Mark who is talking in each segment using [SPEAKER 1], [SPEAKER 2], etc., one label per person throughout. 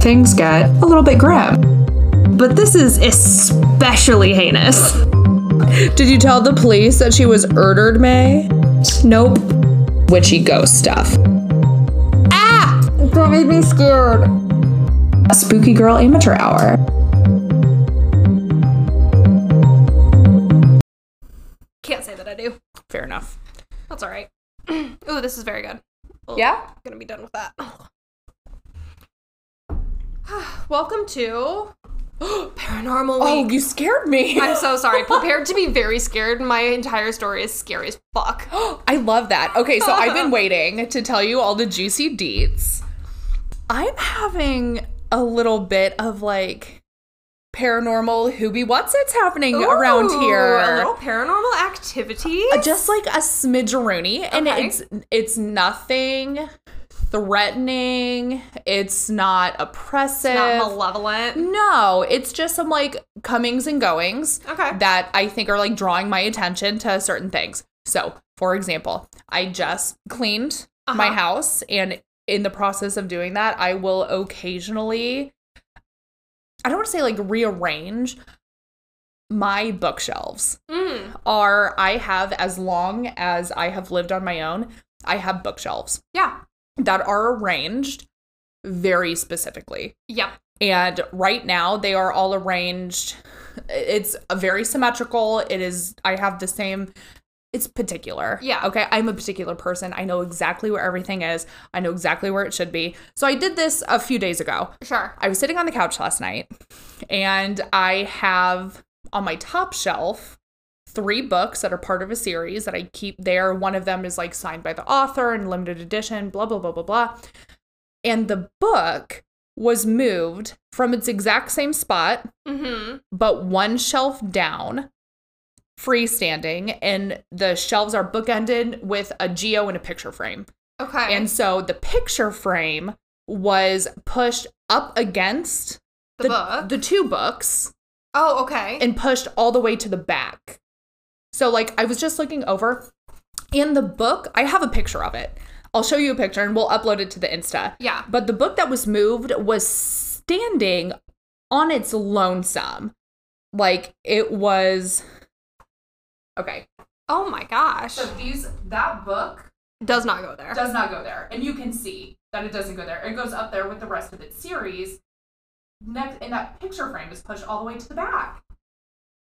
[SPEAKER 1] things got a little bit grim.
[SPEAKER 2] But this is especially heinous.
[SPEAKER 1] Did you tell the police that she was murdered, May?
[SPEAKER 2] Nope.
[SPEAKER 1] Witchy ghost stuff.
[SPEAKER 2] Ah!
[SPEAKER 1] That made me scared. A spooky girl amateur hour.
[SPEAKER 2] Can't say that I do.
[SPEAKER 1] Fair enough.
[SPEAKER 2] That's all right. Ooh, this is very good. Ugh,
[SPEAKER 1] Yeah?
[SPEAKER 2] I'm gonna be done with that. Welcome to Paranormal
[SPEAKER 1] Oh,
[SPEAKER 2] Week.
[SPEAKER 1] you scared me.
[SPEAKER 2] I'm so sorry. Prepared to be very scared. My entire story is scary as fuck.
[SPEAKER 1] I love that. Okay, so I've been waiting to tell you all the juicy deets. I'm having a little bit of like paranormal who be what's it's happening around
[SPEAKER 2] Ooh,
[SPEAKER 1] here.
[SPEAKER 2] A little paranormal activity.
[SPEAKER 1] Uh, just like a smidgeroni and
[SPEAKER 2] Okay.
[SPEAKER 1] it's it's nothing threatening it's not oppressive
[SPEAKER 2] Not malevolent.
[SPEAKER 1] no it's just some like comings and goings
[SPEAKER 2] Okay.
[SPEAKER 1] that i think are like drawing my attention to certain things so for example i just cleaned my
[SPEAKER 2] Uh-huh.
[SPEAKER 1] house and in the process of doing that i will occasionally i don't want to say like rearrange my bookshelves
[SPEAKER 2] Mm,
[SPEAKER 1] are I have as long as I have lived on my own, I have bookshelves
[SPEAKER 2] yeah.
[SPEAKER 1] that are arranged very specifically.
[SPEAKER 2] Yep.
[SPEAKER 1] And right now they are all arranged. It's very symmetrical. It is I have the same it's particular.
[SPEAKER 2] Yeah.
[SPEAKER 1] Okay. I'm a particular person. I know exactly where everything is. I know exactly where it should be. So I did this a few days ago.
[SPEAKER 2] Sure.
[SPEAKER 1] I was sitting on the couch last night and I have on my top shelf three books that are part of a series that I keep there. One of them is like signed by the author and limited edition, blah, blah, blah, blah, blah. And the book was moved from its exact same spot,
[SPEAKER 2] Mm-hmm.
[SPEAKER 1] but one shelf down, freestanding. And the shelves are bookended with a geo and a picture frame.
[SPEAKER 2] Okay.
[SPEAKER 1] And so the picture frame was pushed up against
[SPEAKER 2] the, book.
[SPEAKER 1] the two books
[SPEAKER 2] oh, okay.
[SPEAKER 1] and pushed all the way to the back. So like I was just looking over and the book, I have a picture of it. I'll show you a picture and we'll upload it to the Insta.
[SPEAKER 2] yeah.
[SPEAKER 1] But the book that was moved was standing on its lonesome. Like it was Okay.
[SPEAKER 2] Oh my gosh.
[SPEAKER 1] these that book
[SPEAKER 2] Does not go there.
[SPEAKER 1] does not go there. And you can see that it doesn't go there. It goes up there with the rest of its series. Next, and that picture frame is pushed all the way to the back.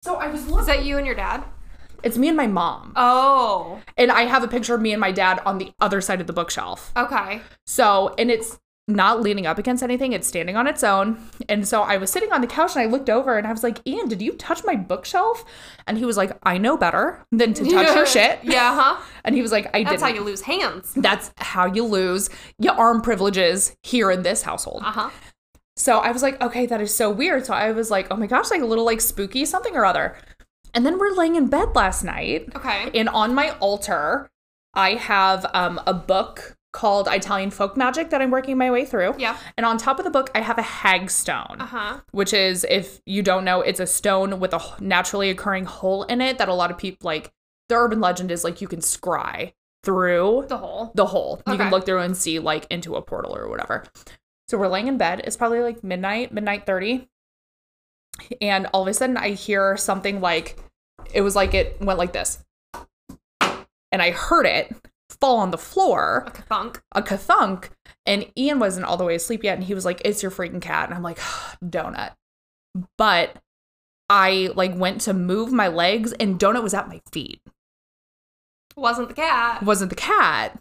[SPEAKER 1] So I was
[SPEAKER 2] Is
[SPEAKER 1] looking.
[SPEAKER 2] that you and your dad?
[SPEAKER 1] It's me and my mom.
[SPEAKER 2] Oh.
[SPEAKER 1] And I have a picture of me and my dad on the other side of the bookshelf.
[SPEAKER 2] Okay.
[SPEAKER 1] So, and it's not leaning up against anything, it's standing on its own. And so I was sitting on the couch and I looked over and I was like, Ian, did you touch my bookshelf? And he was like, I know better than to touch your shit.
[SPEAKER 2] Yeah, huh?
[SPEAKER 1] And he was like, I
[SPEAKER 2] That's
[SPEAKER 1] didn't.
[SPEAKER 2] how you lose hands.
[SPEAKER 1] That's how you lose your arm privileges here in this household.
[SPEAKER 2] Uh huh.
[SPEAKER 1] So I was like, okay, that is so weird. So I was like, oh my gosh, like a little like spooky something or other. And then we're laying in bed last night,
[SPEAKER 2] Okay.
[SPEAKER 1] and on my altar, I have um, a book called Italian Folk Magic that I'm working my way through.
[SPEAKER 2] Yeah.
[SPEAKER 1] And on top of the book, I have a hagstone,
[SPEAKER 2] Uh huh.
[SPEAKER 1] which is, if you don't know, it's a stone with a h- naturally occurring hole in it that a lot of people like. The urban legend is like you can scry through
[SPEAKER 2] The hole.
[SPEAKER 1] the hole. You can
[SPEAKER 2] Okay.
[SPEAKER 1] look through and see like into a portal or whatever. So we're laying in bed. It's probably like midnight, midnight 30. And all of a sudden I hear something like it was like it went like this. And I heard it fall on the floor,
[SPEAKER 2] A thunk.
[SPEAKER 1] a kathunk. And Ian wasn't all the way asleep yet. And he was like, It's your freaking cat. And I'm like, Donut. But I like went to move my legs and Donut was at my feet
[SPEAKER 2] Wasn't the cat.
[SPEAKER 1] wasn't the cat.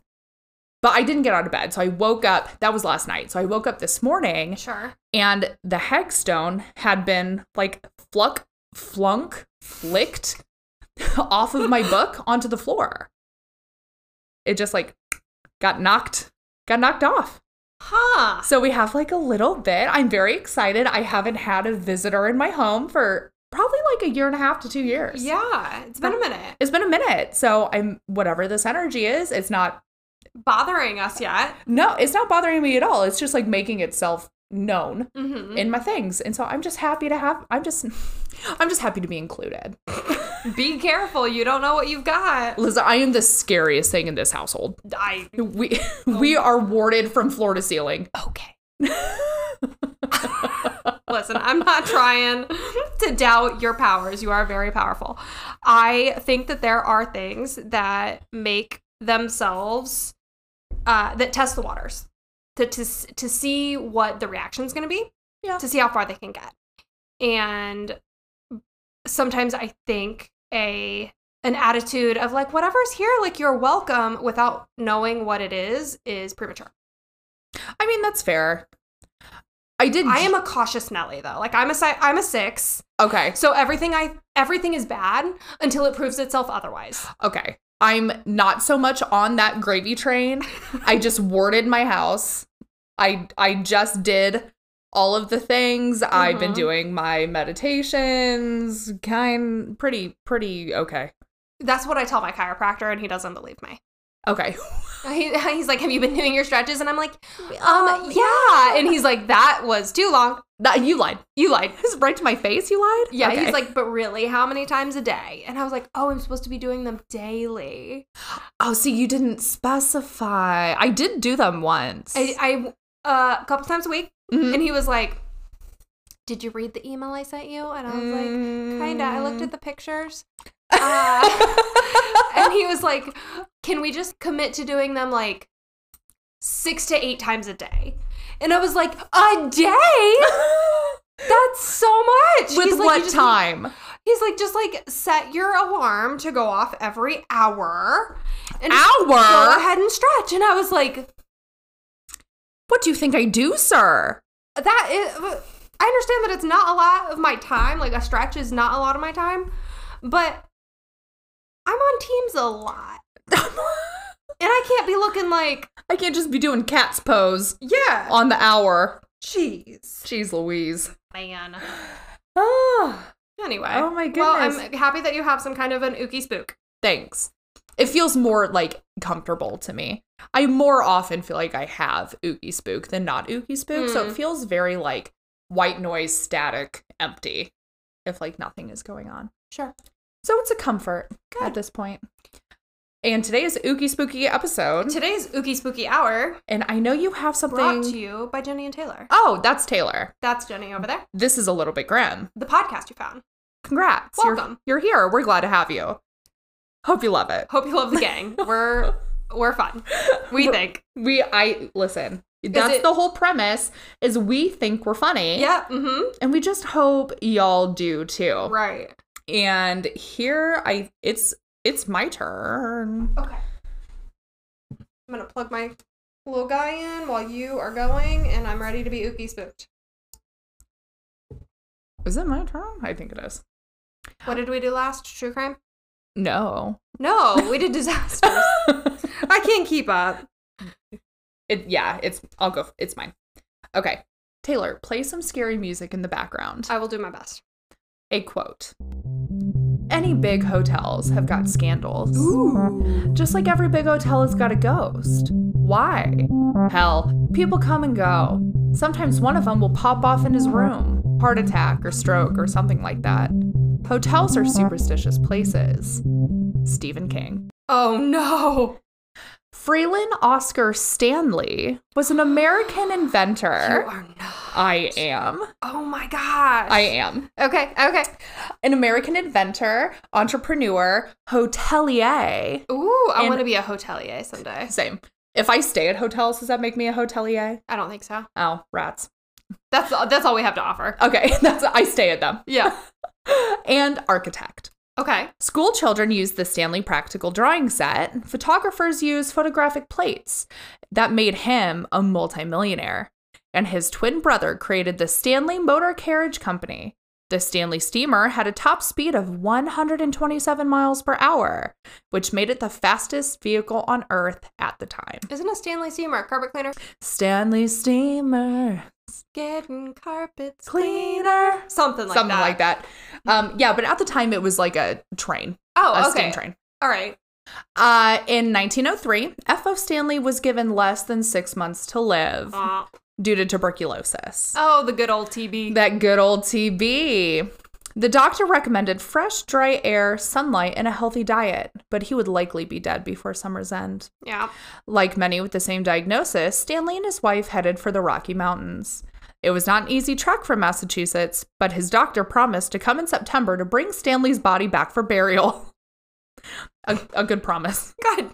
[SPEAKER 1] But I didn't get out of bed. So I woke up. That was last night. So I woke up this morning
[SPEAKER 2] Sure.
[SPEAKER 1] and the hagstone had been like fluck, flunk, flicked off of my book onto the floor. It just like got knocked, got knocked off.
[SPEAKER 2] Huh.
[SPEAKER 1] So we have like a little bit. I'm very excited. I haven't had a visitor in my home for probably like a year and a half to two years
[SPEAKER 2] Yeah. It's been a minute.
[SPEAKER 1] it's been a minute. So I'm whatever this energy is, it's not
[SPEAKER 2] Bothering us yet.
[SPEAKER 1] no, it's not bothering me at all. It's just like making itself known
[SPEAKER 2] Mm
[SPEAKER 1] in my things. And so I'm just happy to have I'm just I'm just happy to be included.
[SPEAKER 2] hmm. Be careful. You don't know what you've got.
[SPEAKER 1] Liz, I am the scariest thing in this household.
[SPEAKER 2] I. Oh.
[SPEAKER 1] We we are warded from floor to ceiling.
[SPEAKER 2] Okay. Listen, I'm not trying to doubt your powers. You are very powerful. I think that there are things that make themselves uh, that test the waters to to s- to see what the reaction is going to be.
[SPEAKER 1] Yeah.
[SPEAKER 2] To see how far they can get, and sometimes I think a an attitude of like whatever's here, like you're welcome, without knowing what it is, is premature.
[SPEAKER 1] I mean, that's fair. I did.
[SPEAKER 2] I am a cautious Nelly though. Like I'm a si- I'm a six.
[SPEAKER 1] okay.
[SPEAKER 2] So everything I everything is bad until it proves itself otherwise.
[SPEAKER 1] Okay. I'm not so much on that gravy train. I just warded my house. I I just did all of the things. I've been
[SPEAKER 2] Mhm.
[SPEAKER 1] doing my meditations. Kind pretty pretty okay.
[SPEAKER 2] That's what I tell my chiropractor, and he doesn't believe me.
[SPEAKER 1] Okay.
[SPEAKER 2] He, he's like, "Have you been doing your stretches?" And I'm like, "Um, yeah." And he's like, "That was too long.
[SPEAKER 1] That you lied.
[SPEAKER 2] You lied."
[SPEAKER 1] This is right to my face, you lied?
[SPEAKER 2] Yeah,
[SPEAKER 1] Okay.
[SPEAKER 2] he's like, "But really, how many times a day?" And I was like, "Oh, I'm supposed to be doing them daily."
[SPEAKER 1] Oh, see, you didn't specify. I did do them once.
[SPEAKER 2] I, I uh, a couple times a week,
[SPEAKER 1] Mhm.
[SPEAKER 2] and he was like, "Did you read the email I sent you?" And I was like, Kinda. I looked at the pictures.
[SPEAKER 1] Mm.
[SPEAKER 2] Uh, and he was like, Can we just commit to doing them like six to eight times a day? And I was like, A day? That's so much.
[SPEAKER 1] With
[SPEAKER 2] He's like, "You
[SPEAKER 1] what
[SPEAKER 2] just-
[SPEAKER 1] time?
[SPEAKER 2] He's like, Just like set your alarm to go off every hour. And just
[SPEAKER 1] Hour?
[SPEAKER 2] Go ahead and stretch. And I was like,
[SPEAKER 1] What do you think I do, sir?
[SPEAKER 2] That is. I understand that it's not a lot of my time. Like, a stretch is not a lot of my time. But I'm on teams a lot. And I can't be looking like,
[SPEAKER 1] I can't just be doing cat's pose
[SPEAKER 2] yeah,
[SPEAKER 1] on the hour.
[SPEAKER 2] jeez.
[SPEAKER 1] Jeez Louise.
[SPEAKER 2] Man. Ah.
[SPEAKER 1] Oh,
[SPEAKER 2] Anyway.
[SPEAKER 1] oh my goodness.
[SPEAKER 2] well, I'm happy that you have some kind of an ookie spook.
[SPEAKER 1] Thanks. It feels more like comfortable to me. I more often feel like I have oogie spook than not oogie spook.
[SPEAKER 2] Hmm.
[SPEAKER 1] So it feels very like white noise, static, empty, if like nothing is going on.
[SPEAKER 2] Sure.
[SPEAKER 1] So it's a comfort at this point. And today is oogie spooky episode.
[SPEAKER 2] Today's ookie spooky hour
[SPEAKER 1] And I know you have something.
[SPEAKER 2] brought to you by Jenny and Taylor.
[SPEAKER 1] Oh, that's Taylor.
[SPEAKER 2] That's Jenny over there.
[SPEAKER 1] This is a little bit grim.
[SPEAKER 2] The podcast you found.
[SPEAKER 1] Congrats.
[SPEAKER 2] Welcome.
[SPEAKER 1] You're, you're here. We're glad to have you. Hope you love it.
[SPEAKER 2] Hope you love the gang. We're we're fun. We think.
[SPEAKER 1] We I listen. That's
[SPEAKER 2] it-
[SPEAKER 1] the whole premise is we think we're funny.
[SPEAKER 2] Yeah. Mm-hmm.
[SPEAKER 1] And we just hope y'all do too.
[SPEAKER 2] Right.
[SPEAKER 1] And here I it's it's my turn.
[SPEAKER 2] Okay. I'm gonna plug my little guy in while you are going, and I'm ready to be ookie spooked.
[SPEAKER 1] Is it my turn? I think it is.
[SPEAKER 2] What did we do last? True crime?
[SPEAKER 1] No.
[SPEAKER 2] No, we did disasters. I can't keep up.
[SPEAKER 1] It yeah, it's I'll go it's mine. Okay. Taylor, play some scary music in the background.
[SPEAKER 2] I will do my best.
[SPEAKER 1] A quote. Any big hotels have got scandals.
[SPEAKER 2] Ooh.
[SPEAKER 1] Just like every big hotel has got a ghost. Why? Hell, people come and go. Sometimes one of them will pop off in his room, heart attack or stroke or something like that. Hotels are superstitious places. Stephen King.
[SPEAKER 2] Oh no.
[SPEAKER 1] Freelan Oscar Stanley was an American inventor.
[SPEAKER 2] are not.
[SPEAKER 1] I am.
[SPEAKER 2] Oh my gosh.
[SPEAKER 1] I am.
[SPEAKER 2] Okay, okay.
[SPEAKER 1] An American inventor, entrepreneur, hotelier.
[SPEAKER 2] Ooh, I
[SPEAKER 1] And-
[SPEAKER 2] want to be a hotelier someday.
[SPEAKER 1] Same. If I stay at hotels, does that make me a hotelier?
[SPEAKER 2] I don't think so.
[SPEAKER 1] Oh, rats.
[SPEAKER 2] That's that's all we have to offer.
[SPEAKER 1] Okay, that's I stay at them.
[SPEAKER 2] Yeah.
[SPEAKER 1] And architect.
[SPEAKER 2] Okay.
[SPEAKER 1] School children use the Stanley practical drawing set. Photographers use photographic plates. That made him a multimillionaire. And his twin brother created the Stanley Motor Carriage Company. The Stanley steamer had a top speed of 127 miles per hour, which made it the fastest vehicle on Earth at the time.
[SPEAKER 2] Isn't a Stanley steamer carpet cleaner?
[SPEAKER 1] Stanley steamer
[SPEAKER 2] Getting carpets
[SPEAKER 1] cleaner.
[SPEAKER 2] Something like
[SPEAKER 1] something
[SPEAKER 2] that.
[SPEAKER 1] like that. Um, yeah, but at the time it was like a train, a
[SPEAKER 2] Oh, okay.
[SPEAKER 1] steam train.
[SPEAKER 2] All right.
[SPEAKER 1] Uh, in 1903, F.O. Stanley was given less than six months to live
[SPEAKER 2] Aw.
[SPEAKER 1] due to tuberculosis.
[SPEAKER 2] Oh, the good old TB.
[SPEAKER 1] That good old TB. The doctor recommended fresh, dry air, sunlight, and a healthy diet, but he would likely be dead before summer's end.
[SPEAKER 2] yeah.
[SPEAKER 1] Like many with the same diagnosis, Stanley and his wife headed for the Rocky Mountains. It was not an easy trek from Massachusetts, but his doctor promised to come in September to bring Stanley's body back for burial. a, a good promise.
[SPEAKER 2] God.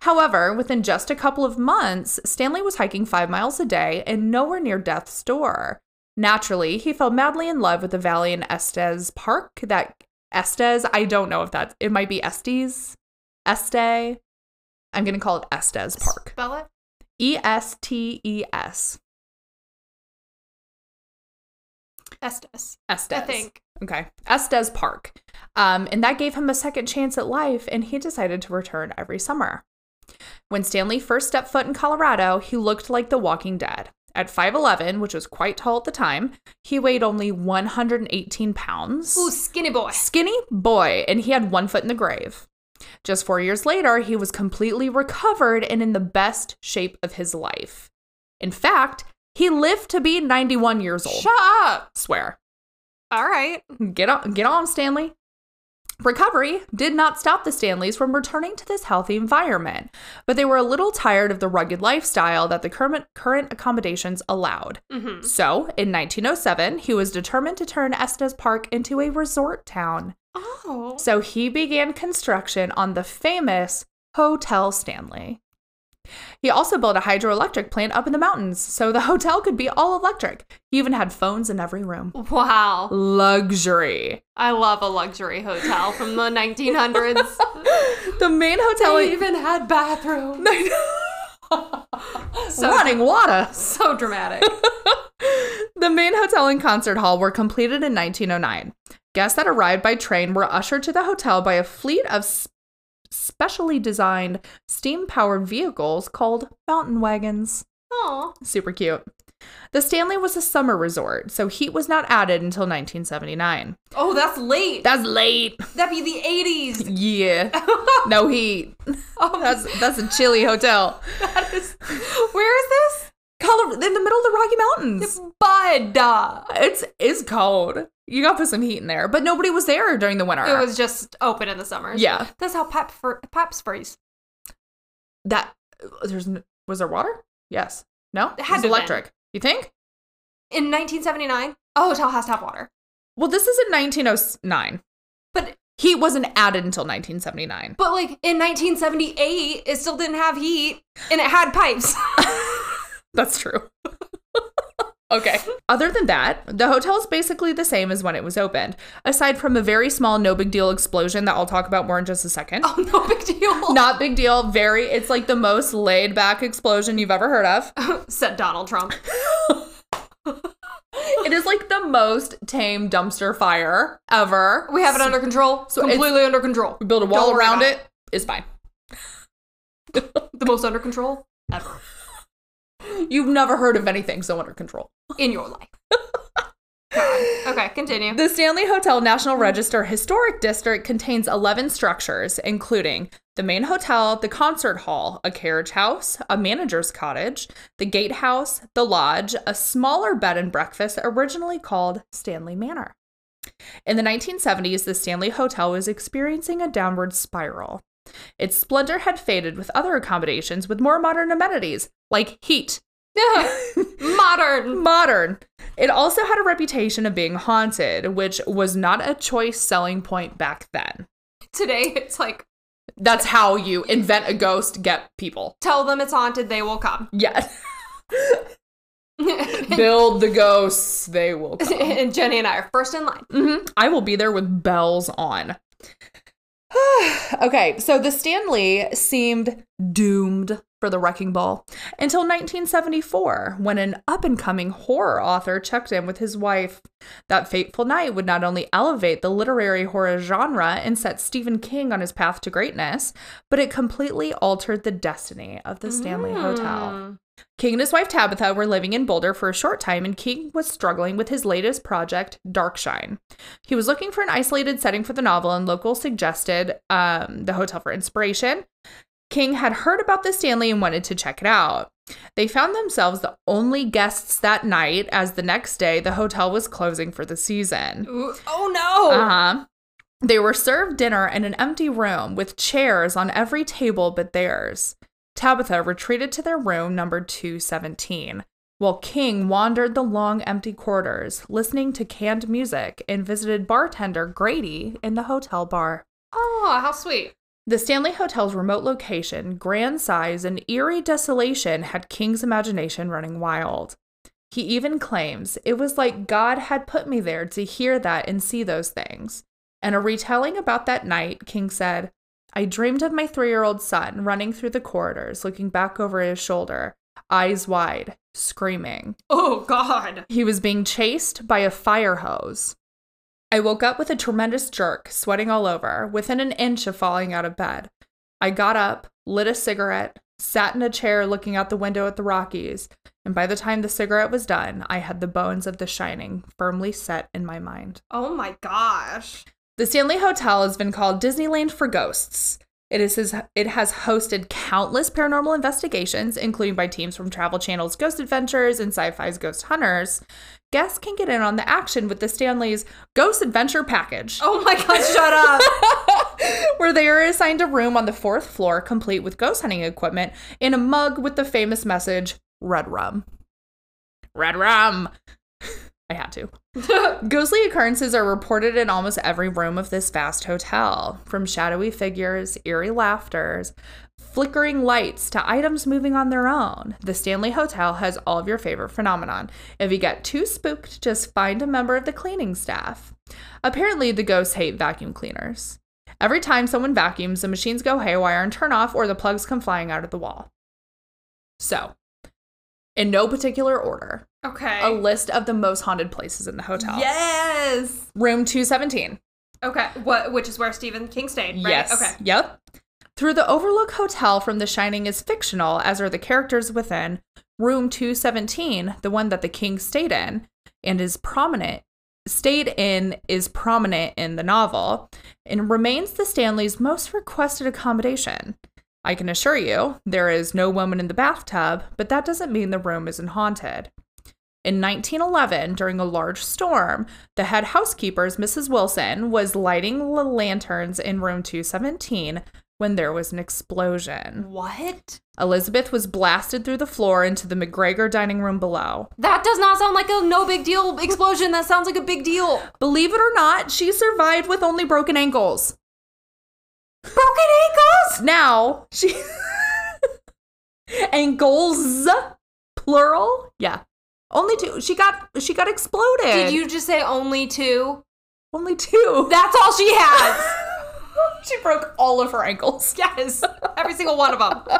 [SPEAKER 1] However, within just a couple of months, Stanley was hiking five miles a day and nowhere near death's door. Naturally, he fell madly in love with the valley in Estes Park. That Estes, I don't know if that's, it might be Estes, Este. I'm going to call it Estes Park.
[SPEAKER 2] Spell it.
[SPEAKER 1] E S T E S.
[SPEAKER 2] Estes.
[SPEAKER 1] Estes.
[SPEAKER 2] I think.
[SPEAKER 1] Okay. Estes Park. Um, and that gave him a second chance at life, and he decided to return every summer. When Stanley first stepped foot in Colorado, he looked like the Walking Dead. At 5'11, which was quite tall at the time, he weighed only 118 pounds.
[SPEAKER 2] Ooh, skinny boy.
[SPEAKER 1] Skinny boy, and he had one foot in the grave. Just four years later, he was completely recovered and in the best shape of his life. In fact, he lived to be 91 years old.
[SPEAKER 2] Shut up.
[SPEAKER 1] Swear.
[SPEAKER 2] All right.
[SPEAKER 1] Get on, get on, Stanley. Recovery did not stop the Stanleys from returning to this healthy environment, but they were a little tired of the rugged lifestyle that the current, current accommodations allowed.
[SPEAKER 2] Mm-hmm.
[SPEAKER 1] So, in 1907, he was determined to turn Estes Park into a resort town.
[SPEAKER 2] Oh.
[SPEAKER 1] So, he began construction on the famous Hotel Stanley. He also built a hydroelectric plant up in the mountains, so the hotel could be all electric. He even had phones in every room.
[SPEAKER 2] Wow.
[SPEAKER 1] Luxury.
[SPEAKER 2] I love a luxury hotel from the 1900s.
[SPEAKER 1] the main hotel
[SPEAKER 2] they even had bathrooms. So-
[SPEAKER 1] running water.
[SPEAKER 2] So dramatic.
[SPEAKER 1] The main hotel and concert hall were completed in 1909. Guests that arrived by train were ushered to the hotel by a fleet of s- specially designed steam-powered vehicles called mountain wagons.
[SPEAKER 2] Oh.
[SPEAKER 1] Super cute. The Stanley was a summer resort, so heat was not added until 1979.
[SPEAKER 2] Oh, that's late.
[SPEAKER 1] That's late.
[SPEAKER 2] That'd be the 80s.
[SPEAKER 1] Yeah. No heat.
[SPEAKER 2] Oh,
[SPEAKER 1] That's that's a chilly hotel.
[SPEAKER 2] that is. Where is
[SPEAKER 1] Color in the middle of the Rocky Mountains.
[SPEAKER 2] this? Bud. It
[SPEAKER 1] It's it's cold. You got to put some heat in there, but nobody was there during the winter.
[SPEAKER 2] was just open in the summer.
[SPEAKER 1] yeah.
[SPEAKER 2] That's how pap fr- paps freeze.
[SPEAKER 1] That there's n- was there water? Yes. No.
[SPEAKER 2] It had
[SPEAKER 1] was
[SPEAKER 2] to have
[SPEAKER 1] electric. You think?
[SPEAKER 2] In 1979, a hotel has to have water.
[SPEAKER 1] Well, this is in 1909.
[SPEAKER 2] But
[SPEAKER 1] Heat wasn't added until 1979.
[SPEAKER 2] but like in 1978, it still didn't have heat and it had pipes.
[SPEAKER 1] That's true. okay. Other than that, the hotel is basically the same as when it was opened, aside from a very small, no big deal explosion that I'll talk about more in just a second.
[SPEAKER 2] oh, no big deal.
[SPEAKER 1] Not big deal. Very. It's like the most laid back explosion you've ever heard of.
[SPEAKER 2] Said Donald Trump.
[SPEAKER 1] It is like the most tame dumpster fire ever.
[SPEAKER 2] We have it under control.
[SPEAKER 1] So it's-
[SPEAKER 2] completely under control.
[SPEAKER 1] We build a wall
[SPEAKER 2] Don't worry
[SPEAKER 1] around
[SPEAKER 2] about
[SPEAKER 1] it. It's fine.
[SPEAKER 2] The most under control ever
[SPEAKER 1] You've never heard of anything so under control.
[SPEAKER 2] in your life. God. Okay, continue.
[SPEAKER 1] The Stanley Hotel National Register Historic District contains 11 structures, including the main hotel, the concert hall, a carriage house, a manager's cottage, the gatehouse, the lodge, a smaller bed and breakfast originally called Stanley Manor. In the 1970s, the Stanley Hotel was experiencing a downward spiral. Its splendor had faded with other accommodations with more modern amenities, like heat,
[SPEAKER 2] Modern.
[SPEAKER 1] modern. It also had a reputation of being haunted, which was not a choice selling point back then.
[SPEAKER 2] Today, it's like
[SPEAKER 1] That's how you invent a ghost, get people.
[SPEAKER 2] tell them it's haunted, they will come.
[SPEAKER 1] Yes. Build the ghosts, they will come.
[SPEAKER 2] and Jenny and I are first in line.
[SPEAKER 1] hmm I will be there with bells on. okay, so the Stanley seemed doomed for the wrecking ball until 1974, when an up and coming horror author checked in with his wife. That fateful night would not only elevate the literary horror genre and set Stephen King on his path to greatness, but it completely altered the destiny of the Stanley Hotel.
[SPEAKER 2] Mm.
[SPEAKER 1] King and his wife Tabitha were living in Boulder for a short time, and King was struggling with his latest project, Darkshine. He was looking for an isolated setting for the novel, and local suggested um, the hotel for inspiration. King had heard about the Stanley and wanted to check it out. They found themselves the only guests that night, as the next day the hotel was closing for the season.
[SPEAKER 2] Ooh, Oh no.
[SPEAKER 1] Uh huh. They were served dinner in an empty room with chairs on every table but theirs. Tabitha retreated to their room number 217. While King wandered the long empty corridors, listening to canned music, and visited bartender Grady in the hotel bar.
[SPEAKER 2] Oh, how sweet.
[SPEAKER 1] The Stanley Hotel's remote location, grand size, and eerie desolation had King's imagination running wild. He even claims it was like God had put me there to hear that and see those things. In a retelling about that night, King said, I dreamed of my three year old son running through the corridors, looking back over his shoulder, eyes wide, screaming.
[SPEAKER 2] Oh, God.
[SPEAKER 1] He was being chased by a fire hose. I woke up with a tremendous jerk, sweating all over, within an inch of falling out of bed. I got up, lit a cigarette, sat in a chair looking out the window at the Rockies, and by the time the cigarette was done, I had the bones of the shining firmly set in my mind.
[SPEAKER 2] Oh, my gosh.
[SPEAKER 1] The Stanley Hotel has been called Disneyland for ghosts. It is his, it has hosted countless paranormal investigations, including by teams from Travel Channel's Ghost Adventures and Sci-Fi's Ghost Hunters. Guests can get in on the action with the Stanley's Ghost Adventure Package,
[SPEAKER 2] Oh, my God, shut up.
[SPEAKER 1] where they are assigned a room on the fourth floor, complete with ghost hunting equipment, and a mug with the famous message "Red Rum." Red Rum. I had to. Ghostly occurrences are reported in almost every room of this vast hotel, from shadowy figures, eerie laughters, flickering lights to items moving on their own. The Stanley Hotel has all of your favorite phenomenon. If you get too spooked, just find a member of the cleaning staff. Apparently, the ghosts hate vacuum cleaners. Every time someone vacuums, the machines go haywire and turn off, or the plugs come flying out of the wall. So, in no particular order,
[SPEAKER 2] Okay.
[SPEAKER 1] a list of the most haunted places in the hotel.
[SPEAKER 2] Yes.
[SPEAKER 1] Room 217.
[SPEAKER 2] Okay. What? Which is where Stephen King stayed. Right?
[SPEAKER 1] Yes.
[SPEAKER 2] Okay.
[SPEAKER 1] Yep. Through the Overlook Hotel from The Shining is fictional, as are the characters within. Room 217, the one that the king stayed in and is prominent, stayed in is prominent in the novel and remains the Stanley's most requested accommodation. I can assure you, there is no woman in the bathtub, but that doesn't mean the room isn't haunted. In 1911, during a large storm, the head housekeeper's Mrs. Wilson was lighting the lanterns in room 217 when there was an explosion.
[SPEAKER 2] What?
[SPEAKER 1] Elizabeth was blasted through the floor into the McGregor dining room below.
[SPEAKER 2] That does not sound like a no big deal explosion. That sounds like a big deal.
[SPEAKER 1] Believe it or not, she survived with only broken ankles.
[SPEAKER 2] Broken ankles.
[SPEAKER 1] Now, she. ankles, plural? Yeah. Only two. She got she got exploded.
[SPEAKER 2] Did you just say only two?
[SPEAKER 1] only two?
[SPEAKER 2] That's all she has.
[SPEAKER 1] she broke all of her ankles.
[SPEAKER 2] yes. Every single one of them.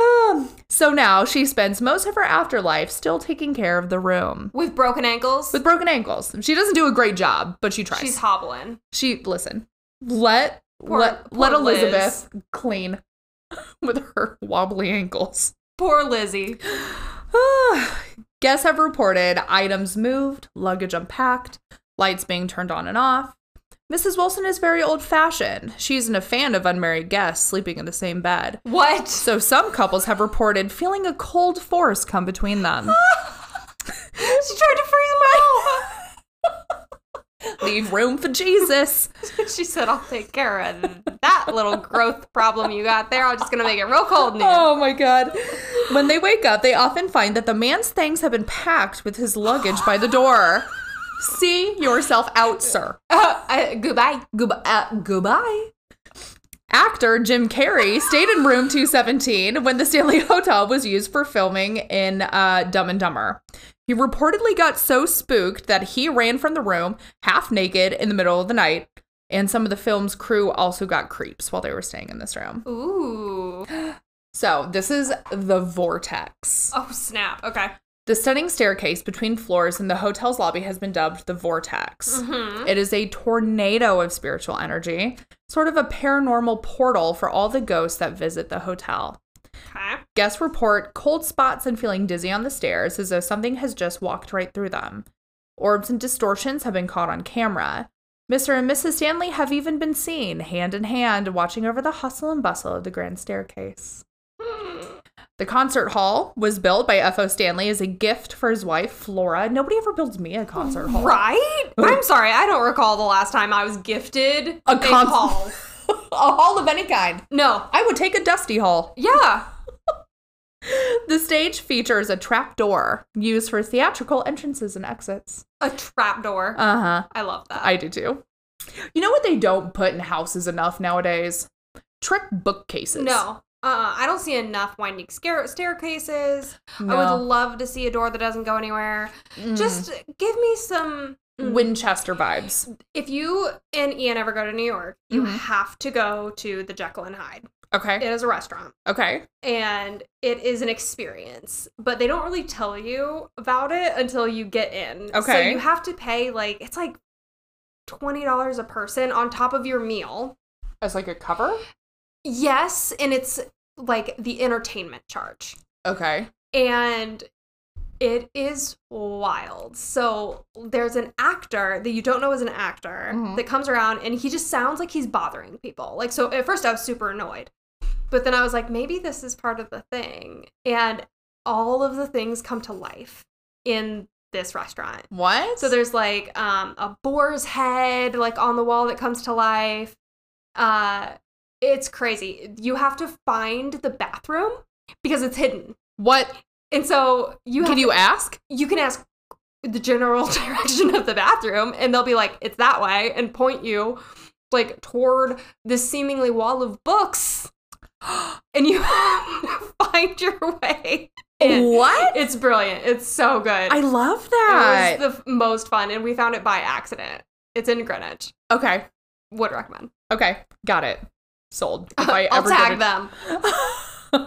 [SPEAKER 2] Um.
[SPEAKER 1] So now she spends most of her afterlife still taking care of the room
[SPEAKER 2] With broken ankles.
[SPEAKER 1] with broken ankles. She doesn't do a great job, but she tries.
[SPEAKER 2] She's hobbling.
[SPEAKER 1] she listen. Let
[SPEAKER 2] Poor-
[SPEAKER 1] let
[SPEAKER 2] poor
[SPEAKER 1] let
[SPEAKER 2] Liz.
[SPEAKER 1] Elizabeth clean with her wobbly ankles.
[SPEAKER 2] Poor Lizzie.
[SPEAKER 1] Guests have reported items moved, luggage unpacked, lights being turned on and off. Mrs. Wilson is very old fashioned. She isn't a fan of unmarried guests sleeping in the same bed.
[SPEAKER 2] What?
[SPEAKER 1] So some couples have reported feeling a cold force come between them.
[SPEAKER 2] she tried to freeze
[SPEAKER 1] Leave room for Jesus.
[SPEAKER 2] him out. she said, "I'll take care of that little growth problem you got there. I'm just gonna make it real cold now."
[SPEAKER 1] Oh my god. When they wake up, they often find that the man's things have been packed with his luggage by the door. See yourself out, sir.
[SPEAKER 2] Uh, uh, goodbye.
[SPEAKER 1] Goodbye. Uh, goodbye. Actor Jim Carrey stayed in room 217 when the Stanley Hotel was used for filming in uh, Dumb and Dumber. He reportedly got so spooked that he ran from the room half naked in the middle of the night, and some of the film's crew also got creeps while they were staying in this room.
[SPEAKER 2] Ooh.
[SPEAKER 1] So, this is the vortex.
[SPEAKER 2] Oh snap. Okay.
[SPEAKER 1] The stunning staircase between floors in the hotel's lobby has been dubbed the vortex.
[SPEAKER 2] Mm-hmm.
[SPEAKER 1] It is a tornado of spiritual energy, sort of a paranormal portal for all the ghosts that visit the hotel.
[SPEAKER 2] Okay.
[SPEAKER 1] Guests report cold spots and feeling dizzy on the stairs as though something has just walked right through them. Orbs and distortions have been caught on camera. Mr. and Mrs. Stanley have even been seen, hand in hand, watching over the hustle and bustle of the grand staircase. The concert hall was built by F.O. Stanley as a gift for his wife, Flora. Nobody ever builds me a concert hall.
[SPEAKER 2] Right? I'm sorry, I don't recall the last time I was gifted
[SPEAKER 1] A
[SPEAKER 2] a,
[SPEAKER 1] con-
[SPEAKER 2] hall.
[SPEAKER 1] a hall of any kind.
[SPEAKER 2] No.
[SPEAKER 1] I would take a dusty hall.
[SPEAKER 2] Yeah.
[SPEAKER 1] The stage features a trap door used for theatrical entrances and exits.
[SPEAKER 2] A trapdoor.
[SPEAKER 1] Uh huh.
[SPEAKER 2] I love that.
[SPEAKER 1] I do too. You know what they don't put in houses enough nowadays? Trick bookcases.
[SPEAKER 2] no. Uh, I don't see enough winding scare- staircases. I
[SPEAKER 1] No.
[SPEAKER 2] would love to see a door that doesn't go anywhere.
[SPEAKER 1] Mm.
[SPEAKER 2] Just give me some. Mm.
[SPEAKER 1] Winchester vibes.
[SPEAKER 2] If you and Ian ever go to New York, you
[SPEAKER 1] Mhm.
[SPEAKER 2] have to go to the Jekyll and Hyde.
[SPEAKER 1] Okay.
[SPEAKER 2] It is a restaurant.
[SPEAKER 1] Okay.
[SPEAKER 2] and it is an experience, but they don't really tell you about it until you get in. So
[SPEAKER 1] Okay.
[SPEAKER 2] you have to pay like it's like twenty dollars a person on top of your meal.
[SPEAKER 1] As like a cover?
[SPEAKER 2] Yes, and it's like the entertainment charge.
[SPEAKER 1] Okay.
[SPEAKER 2] And it is wild. So there's an actor that you don't know is an actor
[SPEAKER 1] Mhm.
[SPEAKER 2] that comes around and he just sounds like he's bothering people. Like so at first I was super annoyed. But then I was like maybe this is part of the thing. And all of the things come to life in this restaurant.
[SPEAKER 1] What?
[SPEAKER 2] So there's like um, a boar's head like on the wall that comes to life. Uh it's crazy. You have to find the bathroom because it's hidden.
[SPEAKER 1] What?
[SPEAKER 2] And so you have,
[SPEAKER 1] Can you ask?
[SPEAKER 2] you can ask the general direction of the bathroom, and they'll be like, "It's that way," and point you like toward this seemingly wall of books, and you find your way. in.
[SPEAKER 1] What?
[SPEAKER 2] It's brilliant. It's so good.
[SPEAKER 1] Oh. I love that.
[SPEAKER 2] It was the f- most fun, and we found it by accident. It's in Greenwich.
[SPEAKER 1] okay.
[SPEAKER 2] Would recommend.
[SPEAKER 1] Okay. Got it. Sold. If I
[SPEAKER 2] I'll
[SPEAKER 1] ever get
[SPEAKER 2] tag
[SPEAKER 1] a-
[SPEAKER 2] them.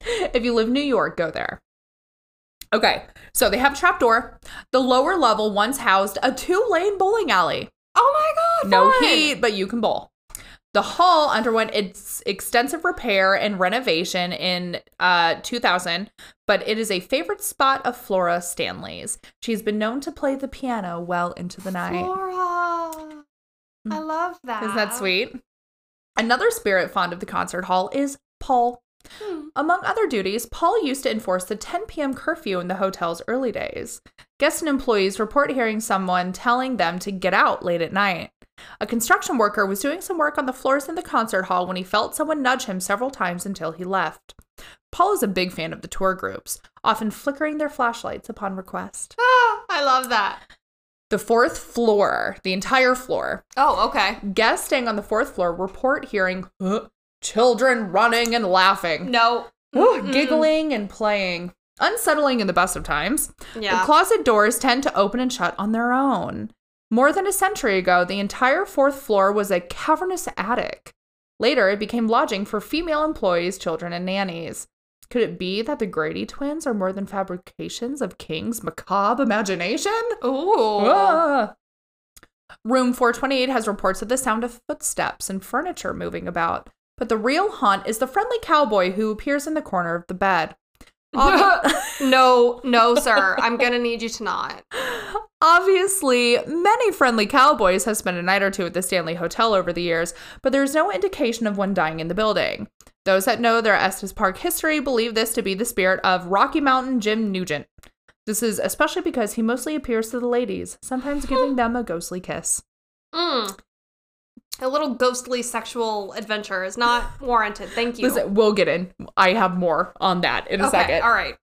[SPEAKER 1] if you live in New York, go there. Okay, so they have a trapdoor. The lower level once housed a two lane bowling alley.
[SPEAKER 2] Oh my god!
[SPEAKER 1] No
[SPEAKER 2] fun.
[SPEAKER 1] heat, but you can bowl. The hall underwent its extensive repair and renovation in uh, 2000, but it is a favorite spot of Flora Stanley's. She's been known to play the piano well into the night.
[SPEAKER 2] Flora. I love that.
[SPEAKER 1] Isn't Hmm. that sweet? Another spirit fond of the concert hall is Paul
[SPEAKER 2] Hmm.
[SPEAKER 1] Among other duties, Paul used to enforce the 10 p.m. curfew in the hotel's early days. Guests and employees report hearing someone telling them to get out late at night. A construction worker was doing some work on the floors in the concert hall when he felt someone nudge him several times until he left. Paul is a big fan of the tour groups, often flickering their flashlights upon request.
[SPEAKER 2] Ah, I love that.
[SPEAKER 1] The fourth floor, the entire floor,
[SPEAKER 2] Oh, okay.
[SPEAKER 1] guests staying on the fourth floor report hearing "Huh, children running and laughing.
[SPEAKER 2] No.
[SPEAKER 1] Ooh,
[SPEAKER 2] Mm-mm.
[SPEAKER 1] giggling and playing. Unsettling in the best of times.
[SPEAKER 2] Yeah.
[SPEAKER 1] The closet doors tend to open and shut on their own. More than a century ago, the entire fourth floor was a cavernous attic. Later, it became lodging for female employees, children, and nannies. Could it be that the Grady twins are more than fabrications of King's macabre imagination?
[SPEAKER 2] Ooh.
[SPEAKER 1] Ah. Room 428 has reports of the sound of footsteps and furniture moving about, but the real haunt is the friendly cowboy who appears in the corner of the bed. Obvi-
[SPEAKER 2] no, no, sir. I'm gonna need you to not.
[SPEAKER 1] Obviously, many friendly cowboys have spent a night or two at the Stanley Hotel over the years, but there is no indication of one dying in the building. Those that know their Estes Park history believe this to be the spirit of Rocky Mountain Jim Nugent. This is especially because he mostly appears to the ladies, sometimes giving them a ghostly kiss.
[SPEAKER 2] Mm. A little ghostly sexual adventure is not warranted. Thank you.
[SPEAKER 1] Listen, we'll get in. I have more on that in a
[SPEAKER 2] okay.
[SPEAKER 1] second.
[SPEAKER 2] All right.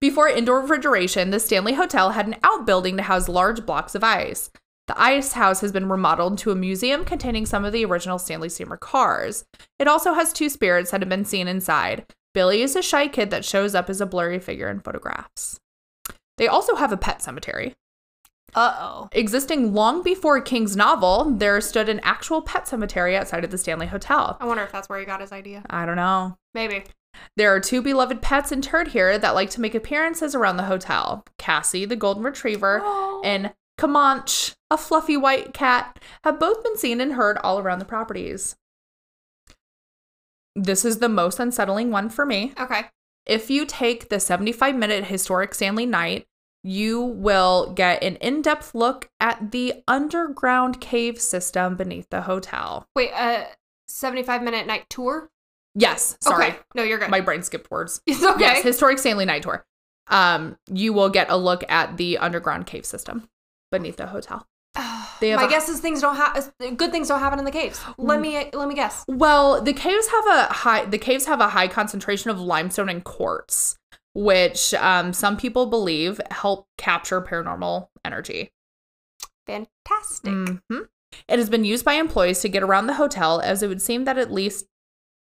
[SPEAKER 1] Before indoor refrigeration, the Stanley Hotel had an outbuilding to house large blocks of ice. The ice house has been remodeled to a museum containing some of the original Stanley Steamer cars. It also has two spirits that have been seen inside. Billy is a shy kid that shows up as a blurry figure in photographs. They also have a pet cemetery.
[SPEAKER 2] Uh oh.
[SPEAKER 1] Existing long before King's novel, there stood an actual pet cemetery outside of the Stanley Hotel.
[SPEAKER 2] I wonder if that's where he got his idea.
[SPEAKER 1] I don't know.
[SPEAKER 2] Maybe.
[SPEAKER 1] There are two beloved pets interred here that like to make appearances around the hotel Cassie, the golden retriever, and Comanche, a fluffy white cat, have both been seen and heard all around the properties. This is the most unsettling one for me.
[SPEAKER 2] okay.
[SPEAKER 1] If you take the 75 minute historic Stanley night, you will get an in depth look at the underground cave system beneath the hotel.
[SPEAKER 2] Wait. Uh, seventy-five minute night tour.
[SPEAKER 1] Yes, sorry.
[SPEAKER 2] Okay. No, you're good.
[SPEAKER 1] My brain skipped words.
[SPEAKER 2] it's okay.
[SPEAKER 1] Yes, historic Stanley Night Tour. Um, you will get a look at the underground cave system beneath the hotel.
[SPEAKER 2] Ugh.
[SPEAKER 1] They have
[SPEAKER 2] My
[SPEAKER 1] a-
[SPEAKER 2] guess is things don't happen. Good things don't happen in the caves. Let me let me guess.
[SPEAKER 1] Well, the caves have a high the caves have a high concentration of limestone and quartz, which um, some people believe help capture paranormal energy.
[SPEAKER 2] Fantastic.
[SPEAKER 1] Mhm. It has been used by employees to get around the hotel, as it would seem that at least,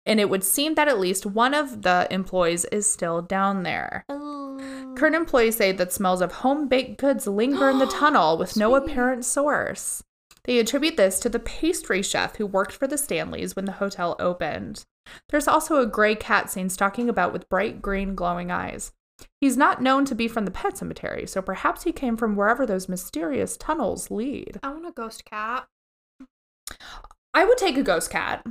[SPEAKER 1] and it would seem that at least one of the employees is still down there.
[SPEAKER 2] Oh.
[SPEAKER 1] Current employees say that smells of home baked goods linger in the tunnel with no
[SPEAKER 2] Sweet.
[SPEAKER 1] apparent source. They attribute this to the pastry chef who worked for the Stanleys when the hotel opened. There's also a gray cat seen stalking about with bright green glowing eyes. He's not known to be from the pet cemetery, so perhaps he came from wherever those mysterious tunnels lead.
[SPEAKER 2] I want a ghost cat.
[SPEAKER 1] I would take a ghost cat.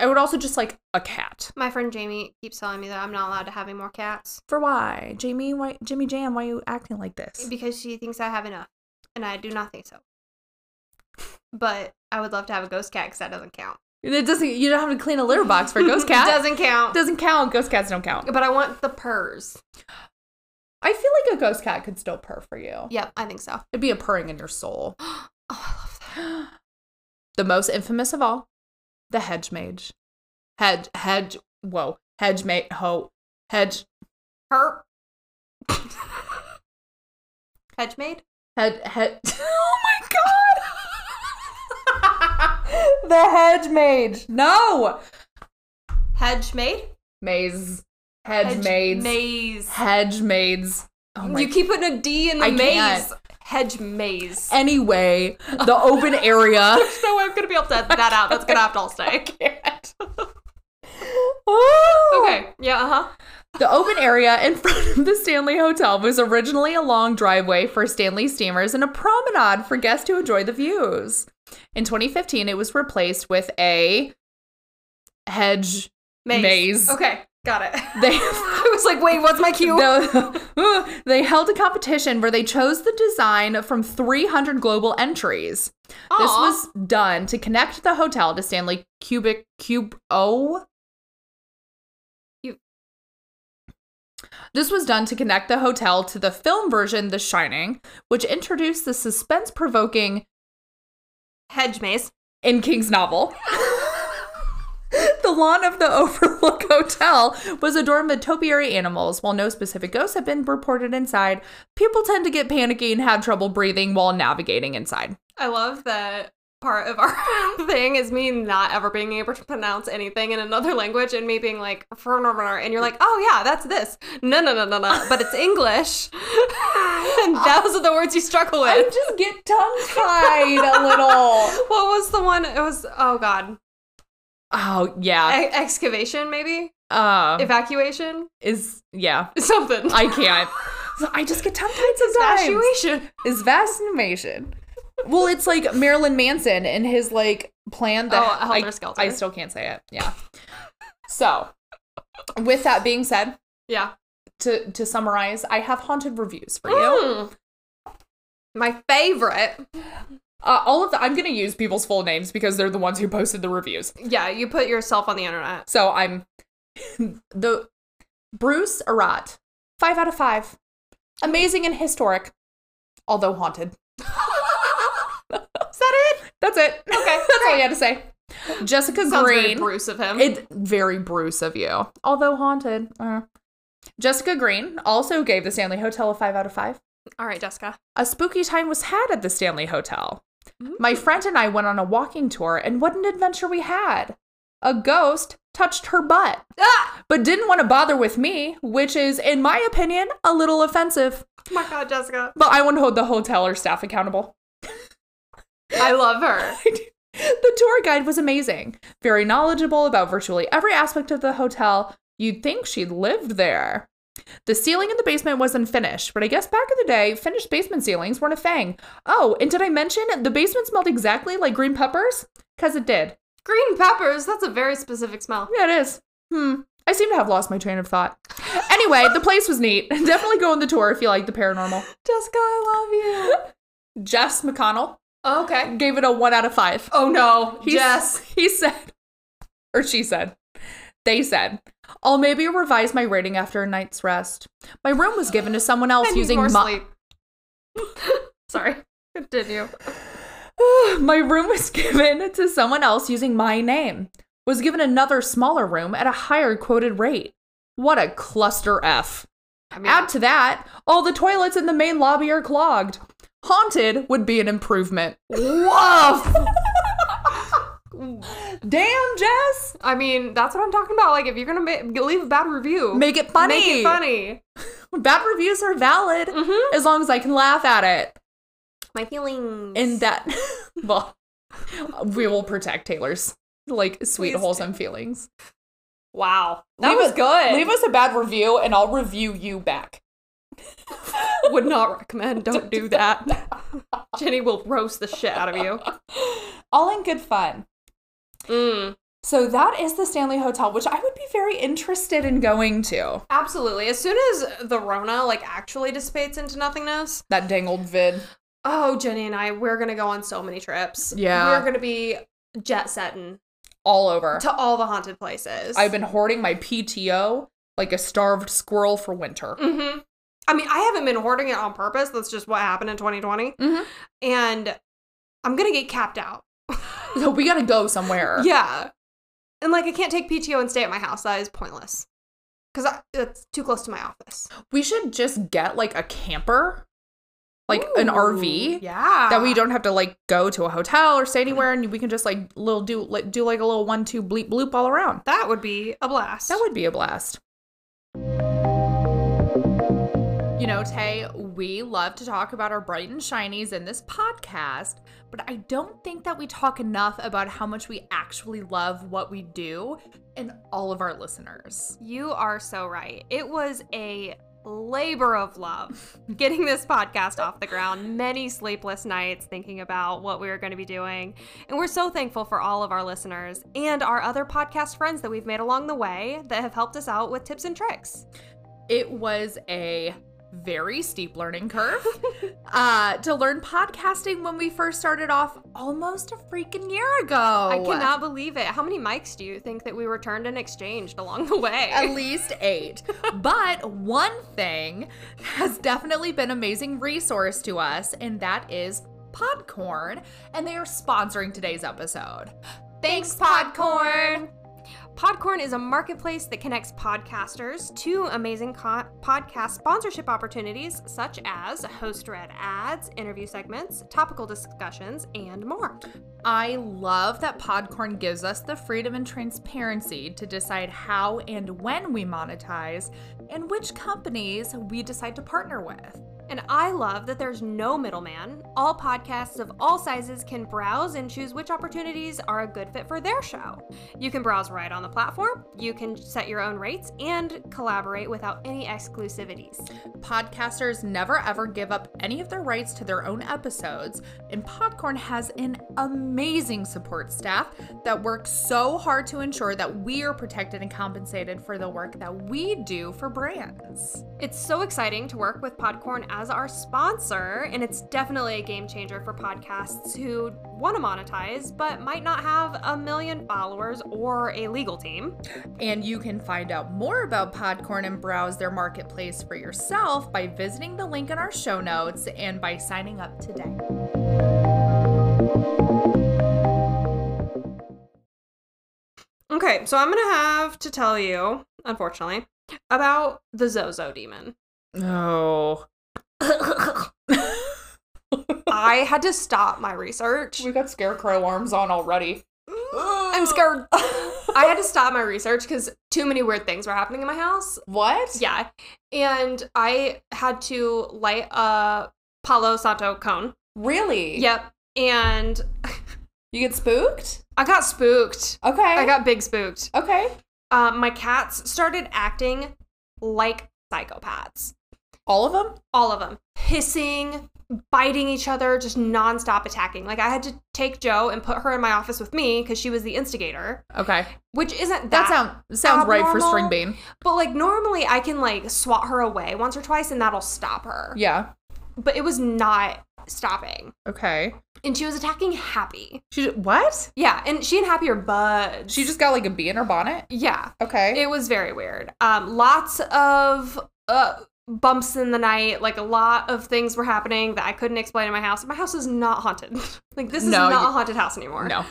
[SPEAKER 1] I would also just like a cat.
[SPEAKER 2] My friend Jamie keeps telling me that I'm not allowed to have any more cats
[SPEAKER 1] For why? Jamie, why Jimmy Jam, why are you acting like this?
[SPEAKER 2] because she thinks I have enough, and I do not think so. But I would love to have a ghost cat because that doesn't count.
[SPEAKER 1] It doesn't you don't have to clean a litter box for a ghost cat.
[SPEAKER 2] doesn't count.
[SPEAKER 1] doesn't count. Ghost cats don't count.
[SPEAKER 2] but I want the purrs.
[SPEAKER 1] I feel like a ghost cat could still purr for you.
[SPEAKER 2] Yep, I think so.
[SPEAKER 1] It'd be a purring in your soul.
[SPEAKER 2] Oh, I love that.
[SPEAKER 1] the most infamous of all, the hedge mage. Hedge, hedge, whoa, hedge mate, ho, hedge,
[SPEAKER 2] Her. Hedgemade?
[SPEAKER 1] hedge, hedge. Oh my god! the hedge mage. No!
[SPEAKER 2] Hedgemade?
[SPEAKER 1] Maze. Hedge, maids.
[SPEAKER 2] Maze.
[SPEAKER 1] Hedge maids. Oh my
[SPEAKER 2] you keep putting a D in the
[SPEAKER 1] I
[SPEAKER 2] maze.
[SPEAKER 1] can't.
[SPEAKER 2] Hedge maze.
[SPEAKER 1] Anyway, the open area.
[SPEAKER 2] no way I'm gonna be able to edit that out. That's gonna happen all day.
[SPEAKER 1] Oh.
[SPEAKER 2] Okay. Yeah, uh-huh.
[SPEAKER 1] The open area in front of the Stanley Hotel was originally a long driveway for Stanley steamers and a promenade for guests to enjoy the views. In 2015, it was replaced with a hedge
[SPEAKER 2] Maze.
[SPEAKER 1] Maze.
[SPEAKER 2] Okay, got it.
[SPEAKER 1] They-
[SPEAKER 2] I was like, wait, what's my cue?
[SPEAKER 1] The- they held a competition where they chose the design from 300 global entries.
[SPEAKER 2] Aw.
[SPEAKER 1] This was done to connect the hotel to Stanley oh? Cubic Cube O.
[SPEAKER 2] You-
[SPEAKER 1] This was done to connect the hotel to the film version The Shining, which introduced the suspense provoking
[SPEAKER 2] hedge maze.
[SPEAKER 1] in King's novel. the lawn of the Overlook Hotel was adorned with topiary animals. While no specific ghosts have been reported inside, people tend to get panicky and have trouble breathing while navigating inside.
[SPEAKER 2] I love that part of our thing is me not ever being able to pronounce anything in another language and me being like and you're like oh yeah that's this no no no no no but it's english and those are the words you struggle
[SPEAKER 1] I
[SPEAKER 2] with
[SPEAKER 1] just get tongue tied a little.
[SPEAKER 2] what was the one it was oh god
[SPEAKER 1] Oh yeah.
[SPEAKER 2] E- excavation maybe
[SPEAKER 1] Um,
[SPEAKER 2] evacuation
[SPEAKER 1] is yeah.
[SPEAKER 2] something
[SPEAKER 1] I can't. So I just get tongue tied sometimes.
[SPEAKER 2] evacuation
[SPEAKER 1] Is vaccination. Well, it's like Marilyn Manson and his like plan
[SPEAKER 2] oh
[SPEAKER 1] that
[SPEAKER 2] helter
[SPEAKER 1] I,
[SPEAKER 2] skelter
[SPEAKER 1] I still can't say it. Yeah. So, with that being said,
[SPEAKER 2] yeah
[SPEAKER 1] to to summarize, I have haunted reviews for you.
[SPEAKER 2] Mm. my favorite
[SPEAKER 1] Uh, all of the I'm gonna use people's full names because they're the ones who posted the reviews.
[SPEAKER 2] yeah you put yourself on the internet
[SPEAKER 1] So I'm the Bruce Arat, five out of five, amazing and historic, although haunted. Is that it? That's it. Okay, that's all you had to say. Jessica
[SPEAKER 2] Sounds very
[SPEAKER 1] Green.
[SPEAKER 2] Bruce of him.
[SPEAKER 1] It's very Bruce of you, although haunted. Uh. Jessica Green also gave the Stanley Hotel a five out of five.
[SPEAKER 2] All right, Jessica.
[SPEAKER 1] A spooky time was had at the Stanley Hotel.
[SPEAKER 2] Mm.
[SPEAKER 1] My friend and I went on a walking tour, and what an adventure we had! A ghost touched her butt,
[SPEAKER 2] Ah!
[SPEAKER 1] but didn't want to bother with me, which is, in my opinion, a little offensive.
[SPEAKER 2] Oh my God, Jessica.
[SPEAKER 1] But I want to hold the hotel or staff accountable.
[SPEAKER 2] I love her.
[SPEAKER 1] the tour guide was amazing, very knowledgeable about virtually every aspect of the hotel. You'd think she lived there. The ceiling in the basement wasn't finished, but I guess back in the day, finished basement ceilings weren't a thing. Oh, and did I mention the basement smelled exactly like green peppers? Because it did.
[SPEAKER 2] Green peppers, that's a very specific smell.
[SPEAKER 1] Yeah, it is. Hmm. I seem to have lost my train of thought. Anyway, the place was neat. Definitely go on the tour if you like the paranormal.
[SPEAKER 2] Jessica, I love
[SPEAKER 1] Jeffs McConnell
[SPEAKER 2] you. Okay.
[SPEAKER 1] gave it a one out of five.
[SPEAKER 2] Oh no.
[SPEAKER 1] He
[SPEAKER 2] Jess.
[SPEAKER 1] s- He said, or she said, they said, I'll maybe revise my rating after a night's rest. My room was given to someone else
[SPEAKER 2] I need
[SPEAKER 1] using
[SPEAKER 2] more
[SPEAKER 1] my.
[SPEAKER 2] sleep. Sorry. Continue.
[SPEAKER 1] My room was given to someone else using my name. Was given another smaller room at a higher quoted rate. What a cluster F.
[SPEAKER 2] I
[SPEAKER 1] Add to that, all the toilets in the main lobby are clogged. Haunted would be an improvement.
[SPEAKER 2] woof.
[SPEAKER 1] Damn, Jess!
[SPEAKER 2] I mean, that's what I'm talking about. Like, if you're gonna ma- leave a bad review,
[SPEAKER 1] Make it funny.
[SPEAKER 2] Make it funny.
[SPEAKER 1] Bad reviews are valid
[SPEAKER 2] Mhm.
[SPEAKER 1] as long as I can laugh at it.
[SPEAKER 2] My feelings.
[SPEAKER 1] And that, well, we will protect Taylor's like sweet,
[SPEAKER 2] Please do.
[SPEAKER 1] wholesome feelings.
[SPEAKER 2] wow, that
[SPEAKER 1] Leave
[SPEAKER 2] was
[SPEAKER 1] us-
[SPEAKER 2] good.
[SPEAKER 1] Leave us a bad review and I'll review you back.
[SPEAKER 2] Would not recommend. Don't do that. Jenny will roast the shit out of you.
[SPEAKER 1] All in good fun.
[SPEAKER 2] Mm.
[SPEAKER 1] So that is the Stanley Hotel, which I would be very interested in going to.
[SPEAKER 2] Absolutely. As soon as the Rona like actually dissipates into nothingness,
[SPEAKER 1] That dang old vid.
[SPEAKER 2] oh Jenny and I, we're gonna go on so many trips.
[SPEAKER 1] Yeah.
[SPEAKER 2] we're gonna be jet setting
[SPEAKER 1] All over.
[SPEAKER 2] to all the haunted places.
[SPEAKER 1] I've been hoarding my PTO like a starved squirrel for winter.
[SPEAKER 2] hmm I mean, I haven't been hoarding it on purpose. That's just what happened in 2020,
[SPEAKER 1] Mhm.
[SPEAKER 2] and I'm gonna get capped out.
[SPEAKER 1] So we gotta go somewhere.
[SPEAKER 2] Mm. Yeah, and like I can't take PTO and stay at my house. That is pointless because it's too close to my office.
[SPEAKER 1] We should just get like a camper, like an
[SPEAKER 2] Ooh,
[SPEAKER 1] RV.
[SPEAKER 2] Yeah,
[SPEAKER 1] That we don't have to like go to a hotel or stay anywhere, and we can just like little do like, do like a little one two bleep bloop all around.
[SPEAKER 2] That would be a blast.
[SPEAKER 1] That would be a blast. You know, Tay, we love to talk about our bright and shinies in this podcast, but I don't think that we talk enough about how much we actually love what we do and all of our listeners.
[SPEAKER 2] You are so right. It was a labor of love getting this podcast off the ground. Many sleepless nights thinking about what we were going to be doing. And we're so thankful for all of our listeners and our other podcast friends that we've made along the way that have helped us out with tips and tricks.
[SPEAKER 1] It was a very steep learning curve uh, to learn podcasting when we first started off almost a freaking year ago.
[SPEAKER 2] I cannot believe it. How many mics do you think that we returned and exchanged along the
[SPEAKER 1] at
[SPEAKER 2] way?
[SPEAKER 1] least eight. but one thing has definitely been amazing resource to us, and that is Podcorn, and they are sponsoring today's episode.
[SPEAKER 2] Thanks, Podcorn. Podcorn is a marketplace that connects podcasters to amazing co- podcast sponsorship opportunities such as host read ads, interview segments, topical discussions, and more.
[SPEAKER 1] I love that Podcorn gives us the freedom and transparency to decide how and when we monetize and which companies we decide to partner with.
[SPEAKER 2] And I love that there's no middleman. All podcasts of all sizes can browse and choose which opportunities are a good fit for their show. You can browse right on the platform, you can set your own rates, and collaborate without any exclusivities.
[SPEAKER 1] Podcasters never ever give up any of their rights to their own episodes, and Podcorn has an amazing support staff that works so hard to ensure that we are protected and compensated for the work that we do for brands.
[SPEAKER 2] It's so exciting to work with Podcorn as our sponsor, and it's definitely a game changer for podcasts who want to monetize but might not have a million followers or a legal team.
[SPEAKER 1] And you can find out more about Podcorn and browse their marketplace for yourself by visiting the link in our show notes and by signing up today.
[SPEAKER 2] Okay, so I'm gonna have to tell you, unfortunately, about the Zozo demon.
[SPEAKER 1] Oh.
[SPEAKER 2] I had to stop my research.
[SPEAKER 1] we got scarecrow arms on already. Mm,
[SPEAKER 2] I'm scared. I had to stop my research because too many weird things were happening in my house,
[SPEAKER 1] What?
[SPEAKER 2] Yeah. And I had to light a Palo Santo cone.
[SPEAKER 1] Really?
[SPEAKER 2] Yep. And
[SPEAKER 1] You get spooked?
[SPEAKER 2] I got spooked.
[SPEAKER 1] Okay.
[SPEAKER 2] I got big spooked.
[SPEAKER 1] Okay.
[SPEAKER 2] Uh, my cats started acting like psychopaths.
[SPEAKER 1] All of them?
[SPEAKER 2] All of them. Hissing, biting each other, just nonstop attacking. Like I had to take Joe and put her in my office with me because she was the instigator,
[SPEAKER 1] Okay.
[SPEAKER 2] which isn't that,
[SPEAKER 1] That sound sounds right for
[SPEAKER 2] abnormal?
[SPEAKER 1] string bean.
[SPEAKER 2] But like normally I can like swat her away once or twice and that'll stop her.
[SPEAKER 1] Yeah.
[SPEAKER 2] But it was not stopping.
[SPEAKER 1] Okay.
[SPEAKER 2] and she was attacking Happy.
[SPEAKER 1] She what?
[SPEAKER 2] Yeah, and she and Happy are buds.
[SPEAKER 1] She just got like a bee in her bonnet.
[SPEAKER 2] yeah,
[SPEAKER 1] Okay.
[SPEAKER 2] it was very weird. Um, lots of uh, bumps in the night. Like a lot of things were happening that I couldn't explain in my house. My house is not haunted. like this is
[SPEAKER 1] No,
[SPEAKER 2] not
[SPEAKER 1] you-
[SPEAKER 2] a haunted house anymore.
[SPEAKER 1] No.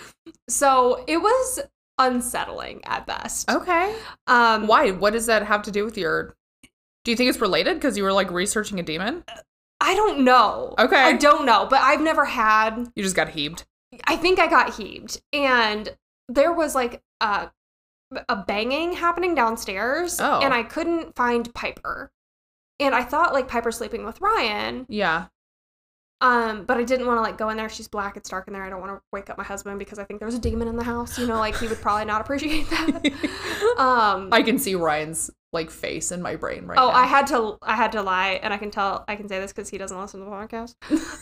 [SPEAKER 2] So it was unsettling at best.
[SPEAKER 1] Okay.
[SPEAKER 2] Um,
[SPEAKER 1] Why? What does that have to do with your? Do you think it's related because you were like researching a demon?
[SPEAKER 2] I don't know.
[SPEAKER 1] Okay.
[SPEAKER 2] I don't know, but I've never had.
[SPEAKER 1] You just got heaved.
[SPEAKER 2] I think I got heaved, and there was like a a banging happening downstairs,
[SPEAKER 1] Oh.
[SPEAKER 2] and I couldn't find Piper, and I thought like Piper sleeping with Ryan,
[SPEAKER 1] Yeah.
[SPEAKER 2] um, but I didn't want to like go in there. She's black. It's dark in there. I don't want to wake up my husband because I think there's a demon in the house. You know, like he would probably not appreciate that. Um,
[SPEAKER 1] I can see Ryan's like face in my brain right
[SPEAKER 2] oh,
[SPEAKER 1] now.
[SPEAKER 2] I had to I had to lie, and I can tell I can say this because he doesn't listen to the podcast.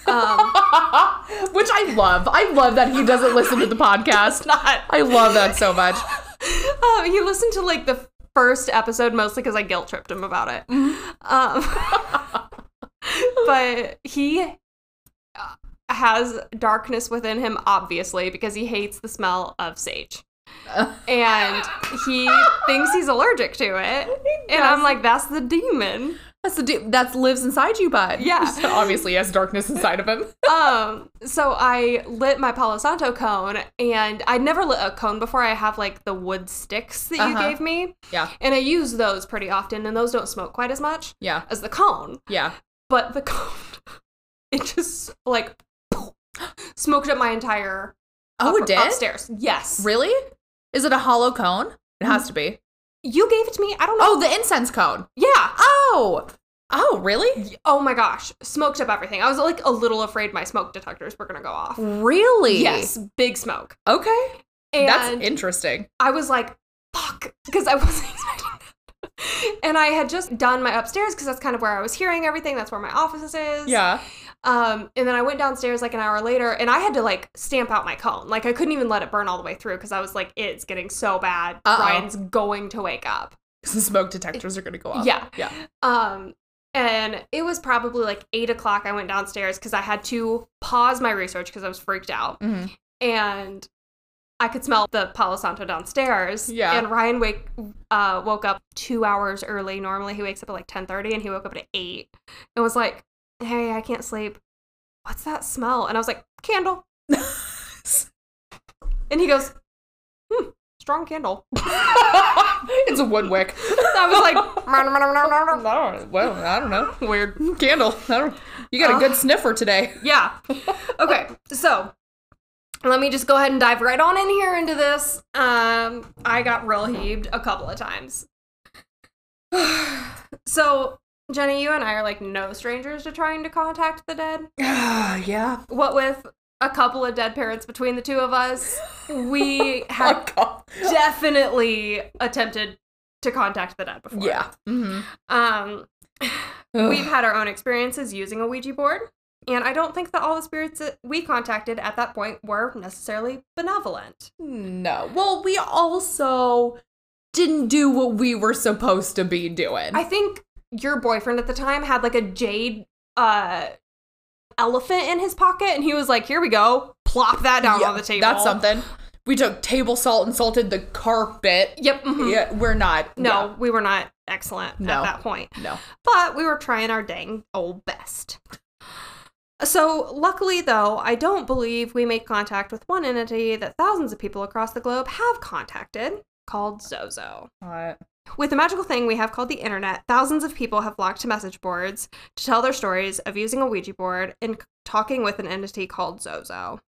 [SPEAKER 2] Um,
[SPEAKER 1] Which I love. I love that he doesn't listen to the podcast.
[SPEAKER 2] not.
[SPEAKER 1] I love that so much.
[SPEAKER 2] um, he listened to like the first episode mostly because I guilt tripped him about it. Um, but he uh, has darkness within him, obviously, because he hates the smell of sage. And he thinks he's allergic to it. And I'm like, that's the demon.
[SPEAKER 1] That's the de- that lives inside you, bud.
[SPEAKER 2] Yeah.
[SPEAKER 1] So obviously, he has darkness inside of him.
[SPEAKER 2] um, so I lit my Palo Santo cone, and I'd never lit a cone before. I have like the wood sticks that you
[SPEAKER 1] Uh-huh.
[SPEAKER 2] gave me,
[SPEAKER 1] Yeah.
[SPEAKER 2] and I use those pretty often, and those don't smoke quite as much
[SPEAKER 1] Yeah.
[SPEAKER 2] as the cone.
[SPEAKER 1] Yeah.
[SPEAKER 2] But the cone, it just like smoked up my entire
[SPEAKER 1] Oh,
[SPEAKER 2] upper-
[SPEAKER 1] it did.
[SPEAKER 2] upstairs. Yes,
[SPEAKER 1] Really? Is it a hollow cone? It has to be.
[SPEAKER 2] Mm-hmm. you gave it to me. I don't know.
[SPEAKER 1] Oh, the incense cone.
[SPEAKER 2] Yeah.
[SPEAKER 1] Oh. Oh, really?
[SPEAKER 2] Oh my gosh, smoked up everything. I was like a little afraid my smoke detectors were gonna go off.
[SPEAKER 1] Really?
[SPEAKER 2] Yes, big smoke.
[SPEAKER 1] Okay.
[SPEAKER 2] And
[SPEAKER 1] That's interesting.
[SPEAKER 2] I was like, fuck, because I wasn't expecting that. And I had just done my upstairs because that's kind of where I was hearing everything. That's where my office is.
[SPEAKER 1] Yeah.
[SPEAKER 2] Um, and then I went downstairs like an hour later and I had to like stamp out my cone. Like I couldn't even let it burn all the way through because I was like, it's getting so bad.
[SPEAKER 1] Uh-oh.
[SPEAKER 2] Ryan's going to wake up.
[SPEAKER 1] The smoke detectors are going to go off.
[SPEAKER 2] Yeah.
[SPEAKER 1] Yeah.
[SPEAKER 2] Um, and it was probably like eight o'clock. I went downstairs because I had to pause my research because I was freaked out.
[SPEAKER 1] hmm
[SPEAKER 2] and I could smell the Palo Santo downstairs.
[SPEAKER 1] Yeah.
[SPEAKER 2] And Ryan wake uh, woke up two hours early. Normally he wakes up at like ten thirty, and he woke up at eight, and was like, "Hey, I can't sleep. What's that smell?" And I was like, "Candle." and he goes, "Hmm, strong candle."
[SPEAKER 1] it's a wood wick.
[SPEAKER 2] I was like,
[SPEAKER 1] I don't, well, I don't know.
[SPEAKER 2] "Weird."
[SPEAKER 1] Candle. I don't, you got a good sniffer today.
[SPEAKER 2] Yeah. Okay. So let me just go ahead and dive right on in here into this. Um, I got real heaved a couple of times. so Jenny, you and I are like no strangers to trying to contact the dead.
[SPEAKER 1] yeah.
[SPEAKER 2] What with a couple of dead parents between the two of us, we
[SPEAKER 1] Oh,
[SPEAKER 2] have
[SPEAKER 1] God.
[SPEAKER 2] definitely attempted to contact the dead before.
[SPEAKER 1] Yeah. Mm-hmm.
[SPEAKER 2] Um, We've had our own experiences using a Ouija board, and I don't think that all the spirits that we contacted at that point were necessarily benevolent.
[SPEAKER 1] No. Well, we also didn't do what we were supposed to be doing.
[SPEAKER 2] I think your boyfriend at the time had like a jade uh elephant in his pocket, and he was like, "Here we go, plop that down
[SPEAKER 1] Yeah,
[SPEAKER 2] on the table."
[SPEAKER 1] That's something. We took table salt and salted the carpet.
[SPEAKER 2] Yep. mhm.
[SPEAKER 1] Yeah, we're not.
[SPEAKER 2] No, we were not excellent
[SPEAKER 1] No.
[SPEAKER 2] at that point.
[SPEAKER 1] yeah, no.
[SPEAKER 2] but we were trying our dang old best. So, luckily, though, I don't believe we made contact with one entity that thousands of people across the globe have contacted, called Zozo.
[SPEAKER 1] What?
[SPEAKER 2] With the magical thing we have called the internet, thousands of people have flocked to message boards to tell their stories of using a Ouija board and c- talking with an entity called Zozo.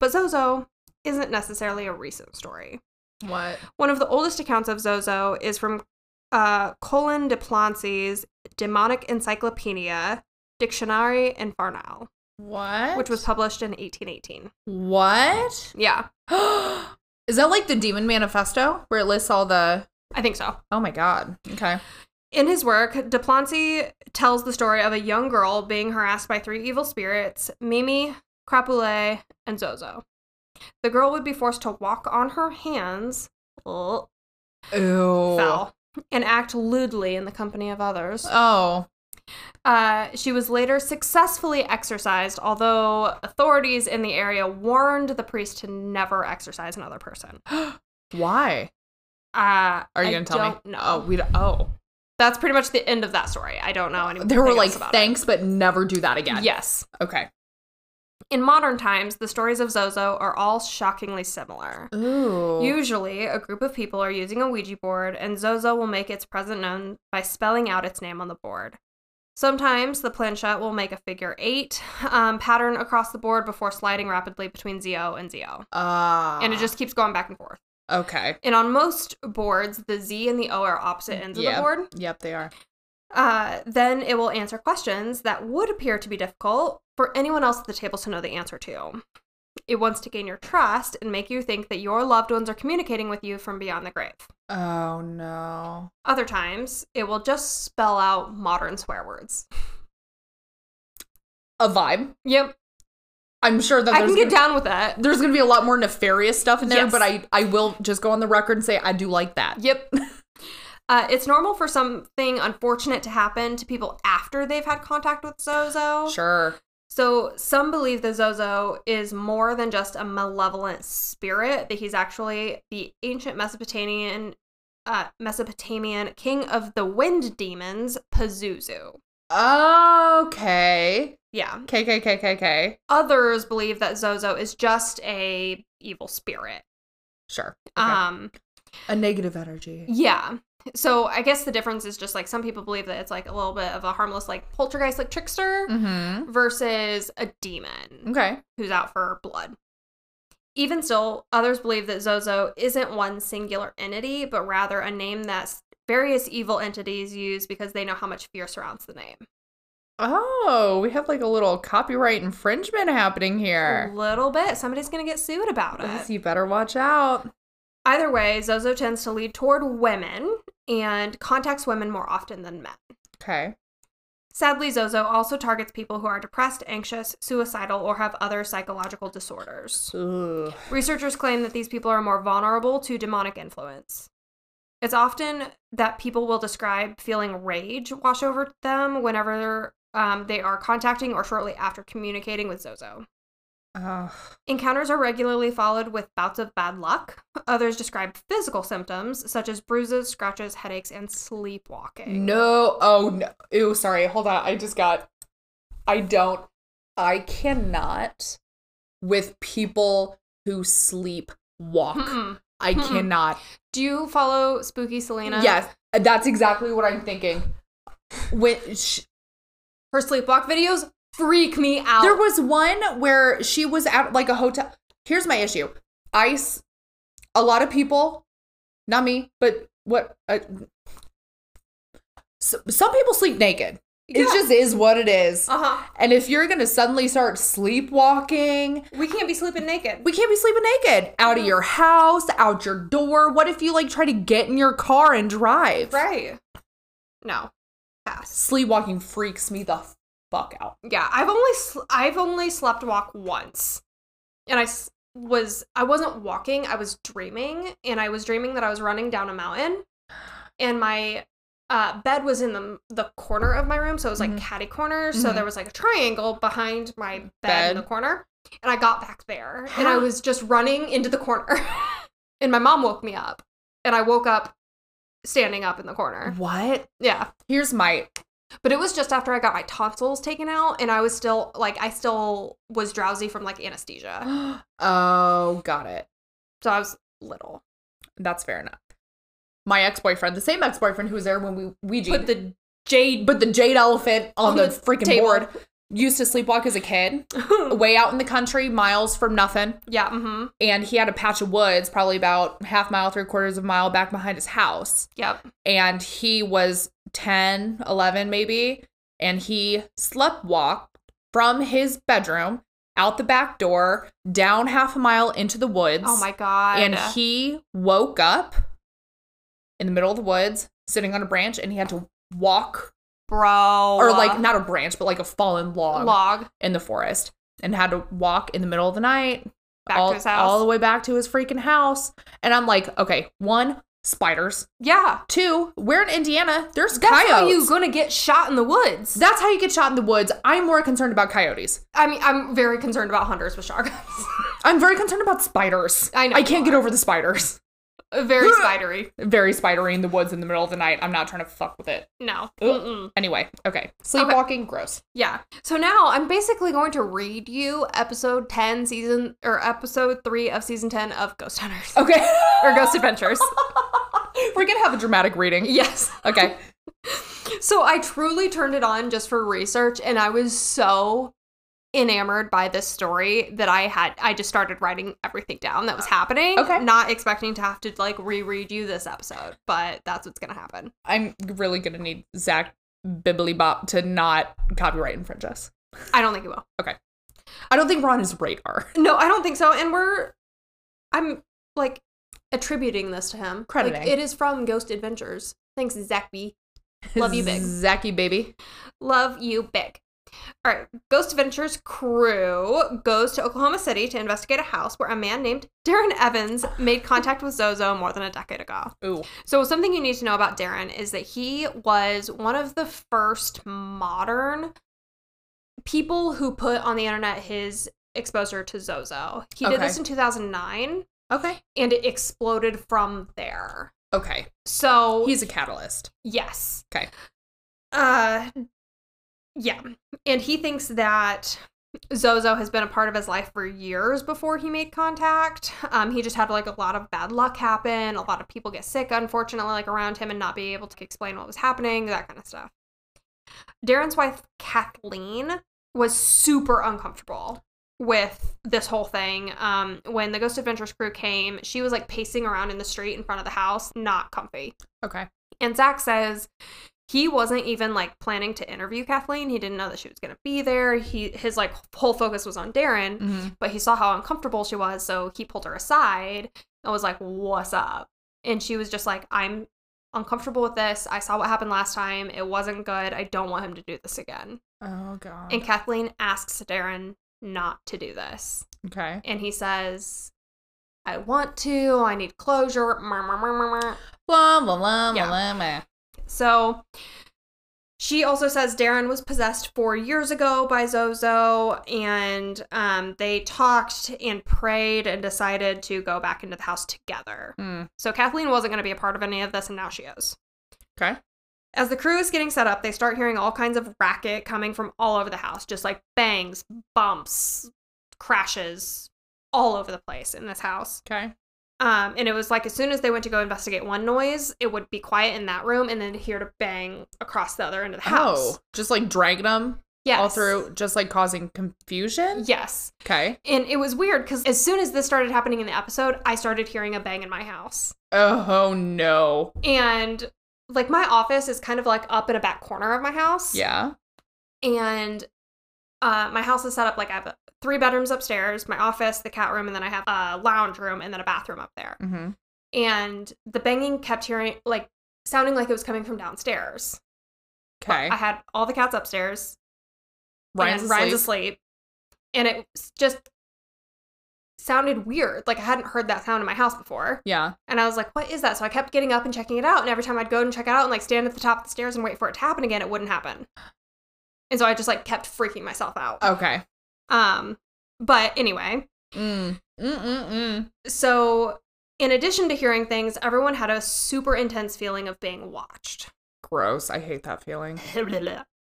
[SPEAKER 2] But Zozo isn't necessarily a recent story.
[SPEAKER 1] What?
[SPEAKER 2] One of the oldest accounts of Zozo is from uh, Colin de Plancy's Demonic Encyclopedia, Dictionary Infernal,
[SPEAKER 1] What?
[SPEAKER 2] which was published in 1818.
[SPEAKER 1] what?
[SPEAKER 2] Yeah,
[SPEAKER 1] Is that like the Demon Manifesto where it lists all the?
[SPEAKER 2] I think so.
[SPEAKER 1] Oh my God. Okay.
[SPEAKER 2] In his work, de Plancy tells the story of a young girl being harassed by three evil spirits Mimi, Crapulet, and Zozo. The girl would be forced to walk on her hands, oh,
[SPEAKER 1] Ew.
[SPEAKER 2] foul, and act lewdly in the company of others.
[SPEAKER 1] Oh.
[SPEAKER 2] Uh, she was later successfully exorcised, although authorities in the area warned the priest to never exorcise another person.
[SPEAKER 1] Why?
[SPEAKER 2] Uh,
[SPEAKER 1] Are you
[SPEAKER 2] I
[SPEAKER 1] gonna tell
[SPEAKER 2] don't
[SPEAKER 1] me?
[SPEAKER 2] know.
[SPEAKER 1] Oh, we. d- Oh.
[SPEAKER 2] That's pretty much the end of that story. I don't know anything.
[SPEAKER 1] There were like
[SPEAKER 2] else about it.
[SPEAKER 1] thanks, but never do that again.
[SPEAKER 2] Yes.
[SPEAKER 1] Okay.
[SPEAKER 2] In modern times, the stories of Zozo are all shockingly similar.
[SPEAKER 1] Ooh.
[SPEAKER 2] Usually, a group of people are using a Ouija board, and Zozo will make its presence known by spelling out its name on the board. Sometimes the planchette will make a figure eight um, pattern across the board before sliding rapidly between Zio and Zio.
[SPEAKER 1] Ah.
[SPEAKER 2] And it just keeps going back and forth.
[SPEAKER 1] okay.
[SPEAKER 2] And on most boards, the Z and the O are opposite ends of
[SPEAKER 1] Yeah.
[SPEAKER 2] the board.
[SPEAKER 1] Yep, they are.
[SPEAKER 2] Uh, then it will answer questions that would appear to be difficult for anyone else at the table to know the answer to. It wants to gain your trust and make you think that your loved ones are communicating with you from beyond the grave.
[SPEAKER 1] Oh no.
[SPEAKER 2] Other times, it will just spell out modern swear words.
[SPEAKER 1] A vibe.
[SPEAKER 2] Yep,
[SPEAKER 1] I'm sure that
[SPEAKER 2] I
[SPEAKER 1] there's
[SPEAKER 2] can get
[SPEAKER 1] gonna,
[SPEAKER 2] down with that.
[SPEAKER 1] there's gonna be a lot more nefarious stuff in there,
[SPEAKER 2] Yes.
[SPEAKER 1] but I I will just go on the record and say I do like that.
[SPEAKER 2] Yep. Uh, it's normal for something unfortunate to happen to people after they've had contact with Zozo.
[SPEAKER 1] Sure.
[SPEAKER 2] So some believe the Zozo is more than just a malevolent spirit; that he's actually the ancient Mesopotamian, uh, Mesopotamian king of the wind demons, Pazuzu.
[SPEAKER 1] Okay.
[SPEAKER 2] Yeah.
[SPEAKER 1] K K K K K.
[SPEAKER 2] Others believe that Zozo is just a evil spirit.
[SPEAKER 1] Sure.
[SPEAKER 2] Um.
[SPEAKER 1] a negative energy.
[SPEAKER 2] Yeah. So I guess the difference is just like some people believe that it's like a little bit of a harmless like poltergeist like trickster
[SPEAKER 1] Mm-hmm.
[SPEAKER 2] versus a demon.
[SPEAKER 1] Okay.
[SPEAKER 2] who's out for blood. Even still, others believe that Zozo isn't one singular entity, but rather a name that s- various evil entities use because they know how much fear surrounds the name.
[SPEAKER 1] Oh, we have like a little copyright infringement happening
[SPEAKER 2] A
[SPEAKER 1] here.
[SPEAKER 2] little bit. Somebody's going to get sued about
[SPEAKER 1] Liz,
[SPEAKER 2] it.
[SPEAKER 1] you better watch out.
[SPEAKER 2] Either way, Zozo tends to lead toward women and contacts women more often than men.
[SPEAKER 1] Okay.
[SPEAKER 2] Sadly, Zozo also targets people who are depressed, anxious, suicidal, or have other psychological disorders.
[SPEAKER 1] Ooh.
[SPEAKER 2] Researchers claim that these people are more vulnerable to demonic influence. It's often that people will describe feeling rage wash over them whenever um, they are contacting or shortly after communicating with Zozo.
[SPEAKER 1] Oh.
[SPEAKER 2] Encounters are regularly followed with bouts of bad luck. Others describe physical symptoms such as bruises, scratches, headaches, and sleepwalking.
[SPEAKER 1] No. Oh no. Ew. Sorry. Hold on. I just got. I don't. I cannot with people who sleep walk.
[SPEAKER 2] Mm-mm.
[SPEAKER 1] I
[SPEAKER 2] Mm-mm.
[SPEAKER 1] cannot.
[SPEAKER 2] Do you follow Spooky Selena?
[SPEAKER 1] Yes, that's exactly what I'm thinking. When sh-
[SPEAKER 2] Her sleepwalk videos freak me out.
[SPEAKER 1] There was one where she was at like a hotel. Here's my issue. I, s- a lot of people, not me, but what, uh, s- some people sleep naked. It
[SPEAKER 2] Yeah.
[SPEAKER 1] just is what it is.
[SPEAKER 2] uh-huh.
[SPEAKER 1] And if you're going to suddenly start sleepwalking,
[SPEAKER 2] We can't be sleeping naked.
[SPEAKER 1] we can't be sleeping naked out of your house, out your door. What if you like try to get in your car and drive?
[SPEAKER 2] Right. No. Pass.
[SPEAKER 1] Sleepwalking freaks me the fuck out.
[SPEAKER 2] Yeah, I've only sl- I've only slept walk once. And I s- was I wasn't walking, I was dreaming and I was dreaming that I was running down a mountain and my uh, bed was in the the corner of my room, so it was like
[SPEAKER 1] Mhm.
[SPEAKER 2] catty corner. So
[SPEAKER 1] Mhm.
[SPEAKER 2] there was like a triangle behind my bed, in
[SPEAKER 1] Bed.
[SPEAKER 2] the corner, and I got back there, and I was just running into the corner, and my mom woke me up, and I woke up standing up in the corner.
[SPEAKER 1] What?
[SPEAKER 2] Yeah,
[SPEAKER 1] Here's my
[SPEAKER 2] But it was just after I got my tonsils taken out, and I was still like, I still was drowsy from like anesthesia.
[SPEAKER 1] oh, got it.
[SPEAKER 2] So I was little.
[SPEAKER 1] That's fair enough. My ex boyfriend, the same ex boyfriend who was there when we Ouija,
[SPEAKER 2] Put the jade
[SPEAKER 1] but the jade elephant on,
[SPEAKER 2] On
[SPEAKER 1] the,
[SPEAKER 2] the
[SPEAKER 1] freaking
[SPEAKER 2] table. Mm.
[SPEAKER 1] board, used to sleepwalk as a kid, way out in the country, miles from nothing.
[SPEAKER 2] yeah, mm-hmm.
[SPEAKER 1] And he had a patch of woods, probably about half mile, three quarters of a mile back behind his house.
[SPEAKER 2] Yep.
[SPEAKER 1] And he was 10, 11 maybe. And he slept walked from his bedroom out the back door down half a mile into the woods.
[SPEAKER 2] Oh my god.
[SPEAKER 1] And he woke up in the middle of the woods, sitting on a branch, and he had to walk,
[SPEAKER 2] bro,
[SPEAKER 1] or like not a branch, but like a fallen log,
[SPEAKER 2] log
[SPEAKER 1] in the forest, and had to walk in the middle of the night,
[SPEAKER 2] back
[SPEAKER 1] all,
[SPEAKER 2] to his house.
[SPEAKER 1] all the way back to his freaking house. And I'm like, okay, one, spiders.
[SPEAKER 2] yeah,
[SPEAKER 1] Two, we're in Indiana. There's
[SPEAKER 2] that's
[SPEAKER 1] coyotes.
[SPEAKER 2] how you gonna get shot in the woods.
[SPEAKER 1] That's how you get shot in the woods. I'm more concerned about coyotes.
[SPEAKER 2] I mean, I'm very concerned about hunters with shotguns.
[SPEAKER 1] I'm very concerned about spiders.
[SPEAKER 2] I know
[SPEAKER 1] I
[SPEAKER 2] you
[SPEAKER 1] can't get
[SPEAKER 2] are.
[SPEAKER 1] over the spiders.
[SPEAKER 2] Very spidery.
[SPEAKER 1] Very spidery in the woods in the middle of the night. I'm not trying to fuck with it.
[SPEAKER 2] No.
[SPEAKER 1] Ugh.
[SPEAKER 2] Mm-mm.
[SPEAKER 1] Anyway, okay. Sleepwalking, gross.
[SPEAKER 2] Yeah. So now I'm basically going to read you episode 10, season, or episode 3 of season 10 of Ghost Hunters.
[SPEAKER 1] Okay.
[SPEAKER 2] Or Ghost Adventures.
[SPEAKER 1] We're gonna have a dramatic reading.
[SPEAKER 2] yes.
[SPEAKER 1] Okay.
[SPEAKER 2] So I truly turned it on just for research, and I was so enamored by this story that I had I just started writing everything down that was happening.
[SPEAKER 1] Okay.
[SPEAKER 2] Not expecting to have to like reread you this episode, but that's what's gonna happen.
[SPEAKER 1] I'm really gonna need Zach Bibbly Bop to not copyright infringe us.
[SPEAKER 2] I don't think it will.
[SPEAKER 1] I don't think we're on his radar.
[SPEAKER 2] No, I don't think so. And we're I'm like attributing this to him. Like,
[SPEAKER 1] Crediting.
[SPEAKER 2] it is from Ghost Adventures. Thanks, Zachby. Love you, big.
[SPEAKER 1] Zachy baby.
[SPEAKER 2] Love you big. All right, Ghost Adventures crew goes to Oklahoma City to investigate a house where a man named Darren Evans made contact with Zozo more than a decade ago.
[SPEAKER 1] Ooh.
[SPEAKER 2] So, something you need to know about Darren is that he was one of the first modern people who put on the internet his exposure to Zozo. He did
[SPEAKER 1] Okay.
[SPEAKER 2] this in 2009
[SPEAKER 1] Okay.
[SPEAKER 2] and it exploded from there.
[SPEAKER 1] Okay.
[SPEAKER 2] So,
[SPEAKER 1] He's a catalyst.
[SPEAKER 2] Yes.
[SPEAKER 1] Okay.
[SPEAKER 2] Uh yeah. And he thinks that Zozo has been a part of his life for years before he made contact. Um, he just had like a lot of bad luck happen. A lot of people get sick, unfortunately, like around him and not be able to explain what was happening, that kind of stuff. Darren's wife, Kathleen, was super uncomfortable with this whole thing. Um, when the Ghost Adventures crew came, she was like pacing around in the street in front of the house, not comfy.
[SPEAKER 1] Okay.
[SPEAKER 2] And Zach says he wasn't even like planning to interview Kathleen. He didn't know that she was gonna be there. He his like whole focus was
[SPEAKER 1] Mm.
[SPEAKER 2] on Darren, but he saw how uncomfortable she was, so he pulled her aside and was like, What's up? And she was just like, I'm uncomfortable with this. I saw what happened last time. It wasn't good. I don't want him to do this again.
[SPEAKER 1] Oh god.
[SPEAKER 2] And Kathleen asks Darren not to do this
[SPEAKER 1] okay.
[SPEAKER 2] and he says, I want to, I need closure. Mer, mer, mer, mer, mer.
[SPEAKER 1] La, la, la,
[SPEAKER 2] Yeah.
[SPEAKER 1] la, la.
[SPEAKER 2] So she also says Darren was possessed four years ago by Zozo, and um, they talked and prayed and decided to go back into the house together.
[SPEAKER 1] Mm.
[SPEAKER 2] So Kathleen wasn't going to be a part of any of this, and now she is.
[SPEAKER 1] Okay.
[SPEAKER 2] As the crew is getting set up, they start hearing all kinds of racket coming from all over the house, just like bangs, bumps, crashes, all over the place in this house.
[SPEAKER 1] Okay.
[SPEAKER 2] Um, and it was like as soon as they went to go investigate one noise, it would be quiet in that room and then hear to bang across the other end of the house.
[SPEAKER 1] Oh, just like dragging them
[SPEAKER 2] Yes.
[SPEAKER 1] all through, just like causing confusion.
[SPEAKER 2] Yes.
[SPEAKER 1] Okay.
[SPEAKER 2] And it was weird because as soon as this started happening in the episode, I started hearing a bang in my house.
[SPEAKER 1] Oh no.
[SPEAKER 2] And like my office is kind of like up in a back corner of my house.
[SPEAKER 1] Yeah.
[SPEAKER 2] And uh, my house is set up like I have three bedrooms upstairs, my office, the cat room, and then I have a lounge room and then a bathroom up there.
[SPEAKER 1] Mm-hmm.
[SPEAKER 2] And the banging kept hearing like sounding like it was coming from downstairs.
[SPEAKER 1] Okay.
[SPEAKER 2] I had all the cats upstairs.
[SPEAKER 1] Ryan's
[SPEAKER 2] and
[SPEAKER 1] asleep.
[SPEAKER 2] Ryan's asleep. And it s- just sounded weird. Like I hadn't heard that sound in my house before.
[SPEAKER 1] Yeah.
[SPEAKER 2] And I was like, what is that? So I kept getting up and checking it out. And every time I'd go and check it out and like stand at the top of the stairs and wait for it to happen again, it wouldn't happen. And so I just like kept freaking myself out.
[SPEAKER 1] Okay.
[SPEAKER 2] Um, but anyway,
[SPEAKER 1] Mm. Mm-mm-mm.
[SPEAKER 2] so in addition to hearing things, everyone had a super intense feeling of being watched.
[SPEAKER 1] Gross. I hate that feeling.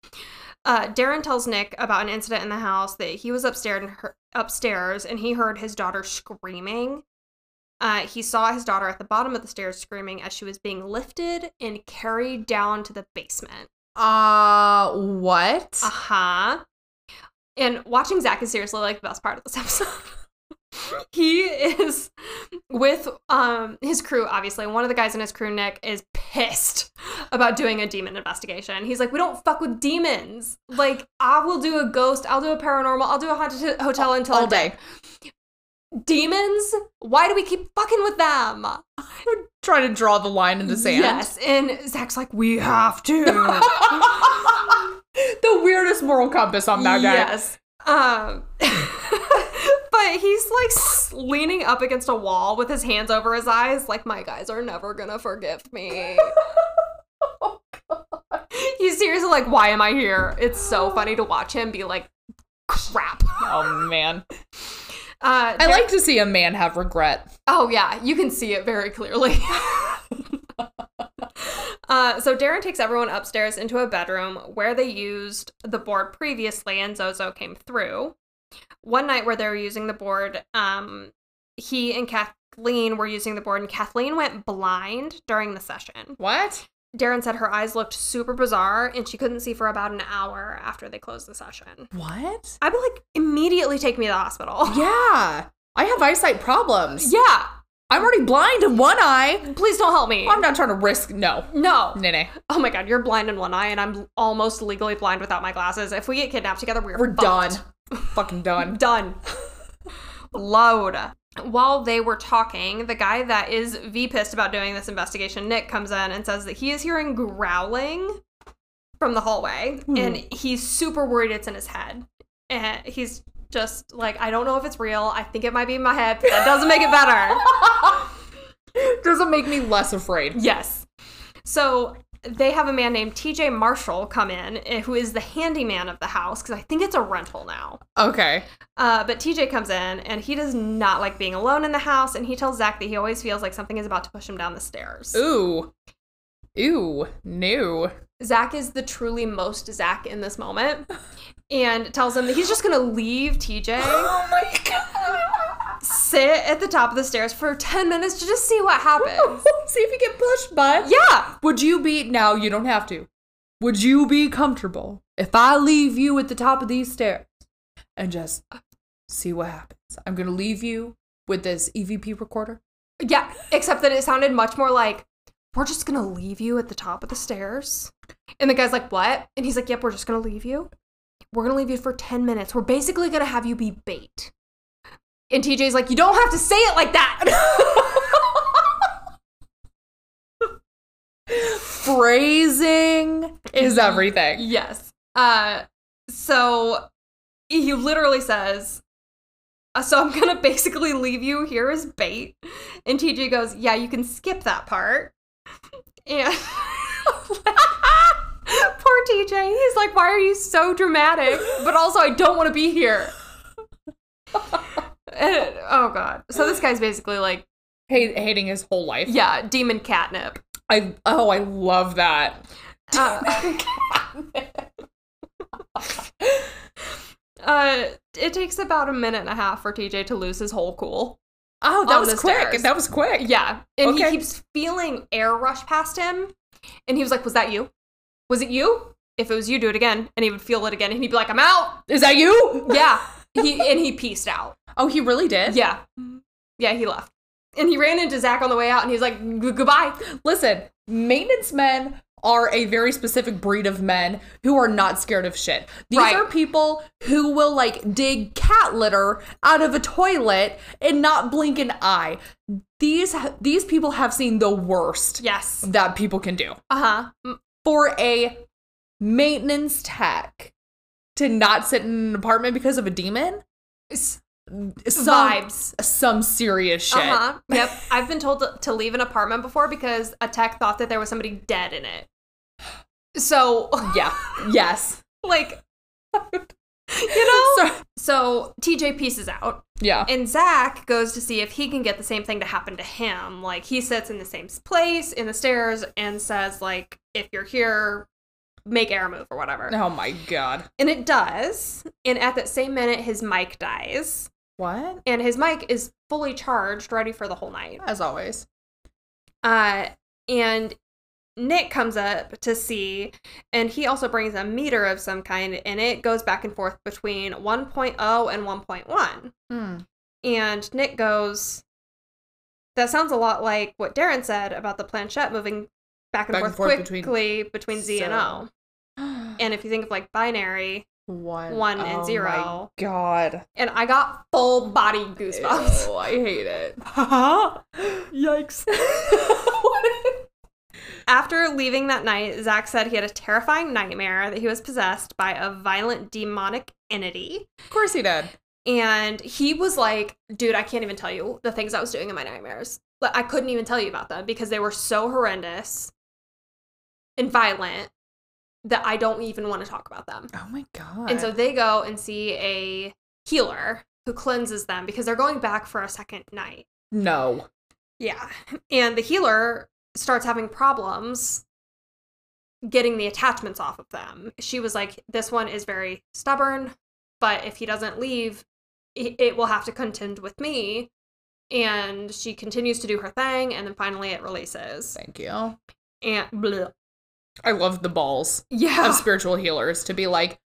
[SPEAKER 2] Uh, Darren tells Nick about an incident in the house that he was upstairs and her- upstairs and he heard his daughter screaming. Uh, he saw his daughter at the bottom of the stairs screaming as she was being lifted and carried down to the basement.
[SPEAKER 1] Uh what?
[SPEAKER 2] Uh huh. And watching Zach is seriously like the best part of this episode. he is with um his crew, obviously. One of the guys in his crew, Nick, is pissed about doing a demon investigation. He's like, we don't fuck with demons. Like, I will do a ghost, I'll do a paranormal, I'll do a haunted ho- hotel until
[SPEAKER 1] All
[SPEAKER 2] I'm dead."
[SPEAKER 1] day.
[SPEAKER 2] Demons? Why do we keep fucking with them?
[SPEAKER 1] Trying to draw the line in the sand.
[SPEAKER 2] Yes. And Zach's like, we have to.
[SPEAKER 1] the weirdest moral compass on that guy.
[SPEAKER 2] Yes. Um, but he's like s- leaning up against a wall with his hands over his eyes, like, my guys are never gonna forgive me. he's seriously like, why am I here? It's so funny to watch him be like, crap.
[SPEAKER 1] Oh man.
[SPEAKER 2] Uh,
[SPEAKER 1] I
[SPEAKER 2] there-
[SPEAKER 1] like to see a man have regret.
[SPEAKER 2] Oh yeah, you can see it very clearly. uh, so Darren takes everyone upstairs into a bedroom where they used the board previously, and Zozo came through. One night where they were using the board, um, he and Kathleen were using the board, and Kathleen went blind during the session.
[SPEAKER 1] What?
[SPEAKER 2] Darren said her eyes looked super bizarre, and she couldn't see for about an hour after they closed the session.
[SPEAKER 1] What?
[SPEAKER 2] I'd be like, immediately take me to the hospital.
[SPEAKER 1] Yeah. I have eyesight problems.
[SPEAKER 2] yeah,
[SPEAKER 1] I'm already blind in one eye.
[SPEAKER 2] please don't help me.
[SPEAKER 1] I'm not trying to risk. No.
[SPEAKER 2] no,
[SPEAKER 1] Nene.
[SPEAKER 2] Oh my god, you're blind in one eye, and I'm almost legally blind without my glasses. If we get kidnapped together, we're
[SPEAKER 1] We're done.
[SPEAKER 2] fucked.
[SPEAKER 1] Fucking done.
[SPEAKER 2] Done. Load. While they were talking, the guy that is V pissed about doing this investigation, Nick, comes in and says that he is hearing growling from the hallway, and he's super worried it's in his head. And he's just like, I don't know if it's real. I think it might be in my head, but that doesn't make it better.
[SPEAKER 1] Doesn't make me less afraid.
[SPEAKER 2] Yes. So they have a man named TJ Marshall come in, eh, who is the handyman of the house, because I think it's a rental now.
[SPEAKER 1] Okay.
[SPEAKER 2] Uh, but TJ comes in and he does not like being alone in the house, and he tells Zach that he always feels like something is about to push him down the stairs.
[SPEAKER 1] Ooh. Ooh. New.
[SPEAKER 2] Zach is the truly most Zach in this moment and tells him that he's just gonna leave TJ,
[SPEAKER 1] my god.
[SPEAKER 2] sit at the top of the stairs for 10 minutes to just see what happens.
[SPEAKER 1] See if you get pushed, bud.
[SPEAKER 2] yeah!
[SPEAKER 1] Would you be now? You don't have to. Would you be comfortable if I leave you at the top of these stairs and just see what happens? I'm gonna leave you with this EVP recorder.
[SPEAKER 2] Yeah, except that it sounded much more like, we're just gonna leave you at the top of the stairs. And the guy's like, what? And he's like, yep, we're just gonna leave you. We're gonna leave you for 10 minutes. We're basically gonna have you be bait. And TJ's like, you don't have to say it like that.
[SPEAKER 1] Phrasing is everything.
[SPEAKER 2] yes. Uh, so he literally says, "Uh, so I'm gonna basically leave you here as bait. And TJ goes, yeah, you can skip that part. And poor TJ, he's like, why are you so dramatic? But also, I don't want to be here. And- oh god. So this guy's basically like,
[SPEAKER 1] Hate, hating his whole life.
[SPEAKER 2] yeah, demon catnip.
[SPEAKER 1] I oh, I love that.
[SPEAKER 2] Uh, uh, it takes about a minute and a half for TJ to lose his whole cool.
[SPEAKER 1] Oh, that
[SPEAKER 2] On
[SPEAKER 1] was
[SPEAKER 2] the
[SPEAKER 1] quick.
[SPEAKER 2] stairs.
[SPEAKER 1] That was quick.
[SPEAKER 2] Yeah, and
[SPEAKER 1] Okay.
[SPEAKER 2] he keeps feeling air rush past him, and he was like, "Was that you? Was it you? If it was you, do it again." And he would feel it again, and he'd be like, "I'm out."
[SPEAKER 1] Is that you?
[SPEAKER 2] Yeah, he and he pieced out.
[SPEAKER 1] Oh, he really did.
[SPEAKER 2] Yeah, yeah, he left, and he ran into Zach on the way out, and he's like, "G- "Goodbye."
[SPEAKER 1] Listen, maintenance men are a very specific breed of men who are not scared of shit. These
[SPEAKER 2] Right.
[SPEAKER 1] are people who will like dig cat litter out of a toilet and not blink an eye. These these people have seen the worst
[SPEAKER 2] Yes.
[SPEAKER 1] that people can do.
[SPEAKER 2] Uh huh.
[SPEAKER 1] For a maintenance tech to not sit in an apartment because of a demon, some,
[SPEAKER 2] Vibes.
[SPEAKER 1] some serious shit.
[SPEAKER 2] Uh-huh. Yep. I've been told to, to leave an apartment before because a tech thought that there was somebody dead in it. So,
[SPEAKER 1] Yeah. Yes.
[SPEAKER 2] like, you know?
[SPEAKER 1] So,
[SPEAKER 2] So TJ pieces out,
[SPEAKER 1] yeah.
[SPEAKER 2] and Zach goes to see if he can get the same thing to happen to him. Like, he sits in the same place in the stairs and says, like, if you're here, make air move or whatever.
[SPEAKER 1] Oh my god.
[SPEAKER 2] And it does. And at that same minute, his mic dies,
[SPEAKER 1] What?
[SPEAKER 2] and his mic is fully charged, ready for the whole night.
[SPEAKER 1] As always.
[SPEAKER 2] Uh, and Nick comes up to see, and he also brings a meter of some kind, and it goes back and forth between 1.0 and 1.1.
[SPEAKER 1] Hmm.
[SPEAKER 2] And Nick goes, That sounds a lot like what Darren said about the planchette moving back and,
[SPEAKER 1] Back and
[SPEAKER 2] forth,
[SPEAKER 1] forth
[SPEAKER 2] quickly
[SPEAKER 1] between-
[SPEAKER 2] between, Z and
[SPEAKER 1] So-
[SPEAKER 2] O. And if you think of like binary,
[SPEAKER 1] one,
[SPEAKER 2] one and
[SPEAKER 1] oh
[SPEAKER 2] zero.
[SPEAKER 1] My God,
[SPEAKER 2] and I got full body goosebumps.
[SPEAKER 1] Ew, I hate it.
[SPEAKER 2] Yikes. After leaving that night, Zach said he had a terrifying nightmare that he was possessed by a violent demonic entity.
[SPEAKER 1] Of course he did.
[SPEAKER 2] And he was like, dude, I can't even tell you the things I was doing in my nightmares. Like, I couldn't even tell you about them because they were so horrendous and violent that I don't even want to talk about them.
[SPEAKER 1] Oh my God.
[SPEAKER 2] And so they go and see a healer who cleanses them because they're going back for a second night.
[SPEAKER 1] No.
[SPEAKER 2] Yeah. And the healer starts having problems getting the attachments off of them. She was like, This one is very stubborn, but if he doesn't leave, i- it will have to contend with me. And she continues to do her thing, and then finally it releases.
[SPEAKER 1] Thank you.
[SPEAKER 2] And bleh.
[SPEAKER 1] I love the balls. of
[SPEAKER 2] yeah,
[SPEAKER 1] spiritual healers to be like,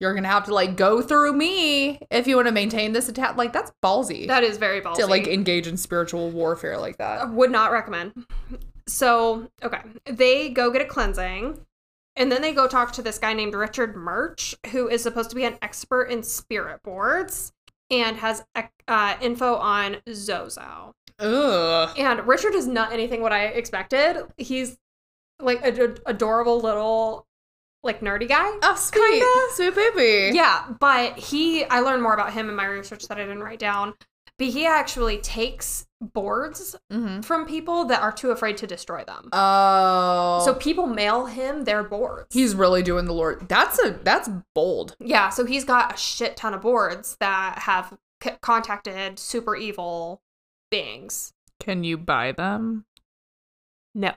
[SPEAKER 1] you're gonna have to like go through me if you want to maintain this attack. Like that's ballsy,
[SPEAKER 2] that is very ballsy.
[SPEAKER 1] to like engage in spiritual warfare like that.
[SPEAKER 2] would not recommend. So, okay, they go get a cleansing, and then they go talk to this guy named Richard Murch, who is supposed to be an expert in spirit boards and has uh, info on Zozo.
[SPEAKER 1] Ugh.
[SPEAKER 2] And Richard is not anything what I expected. He's like an ad- adorable little, like nerdy guy.
[SPEAKER 1] Oh, sweet,
[SPEAKER 2] Kinda.
[SPEAKER 1] sweet baby.
[SPEAKER 2] Yeah, but he, I learned more about him in my research that I didn't write down. But he actually takes boards
[SPEAKER 1] Mm-hmm.
[SPEAKER 2] from people that are too afraid to destroy them.
[SPEAKER 1] Oh,
[SPEAKER 2] So people mail him their boards.
[SPEAKER 1] he's really doing the Lord. That's a that's bold.
[SPEAKER 2] yeah, so he's got a shit ton of boards that have c- contacted super evil beings.
[SPEAKER 1] Can you buy them?
[SPEAKER 2] No,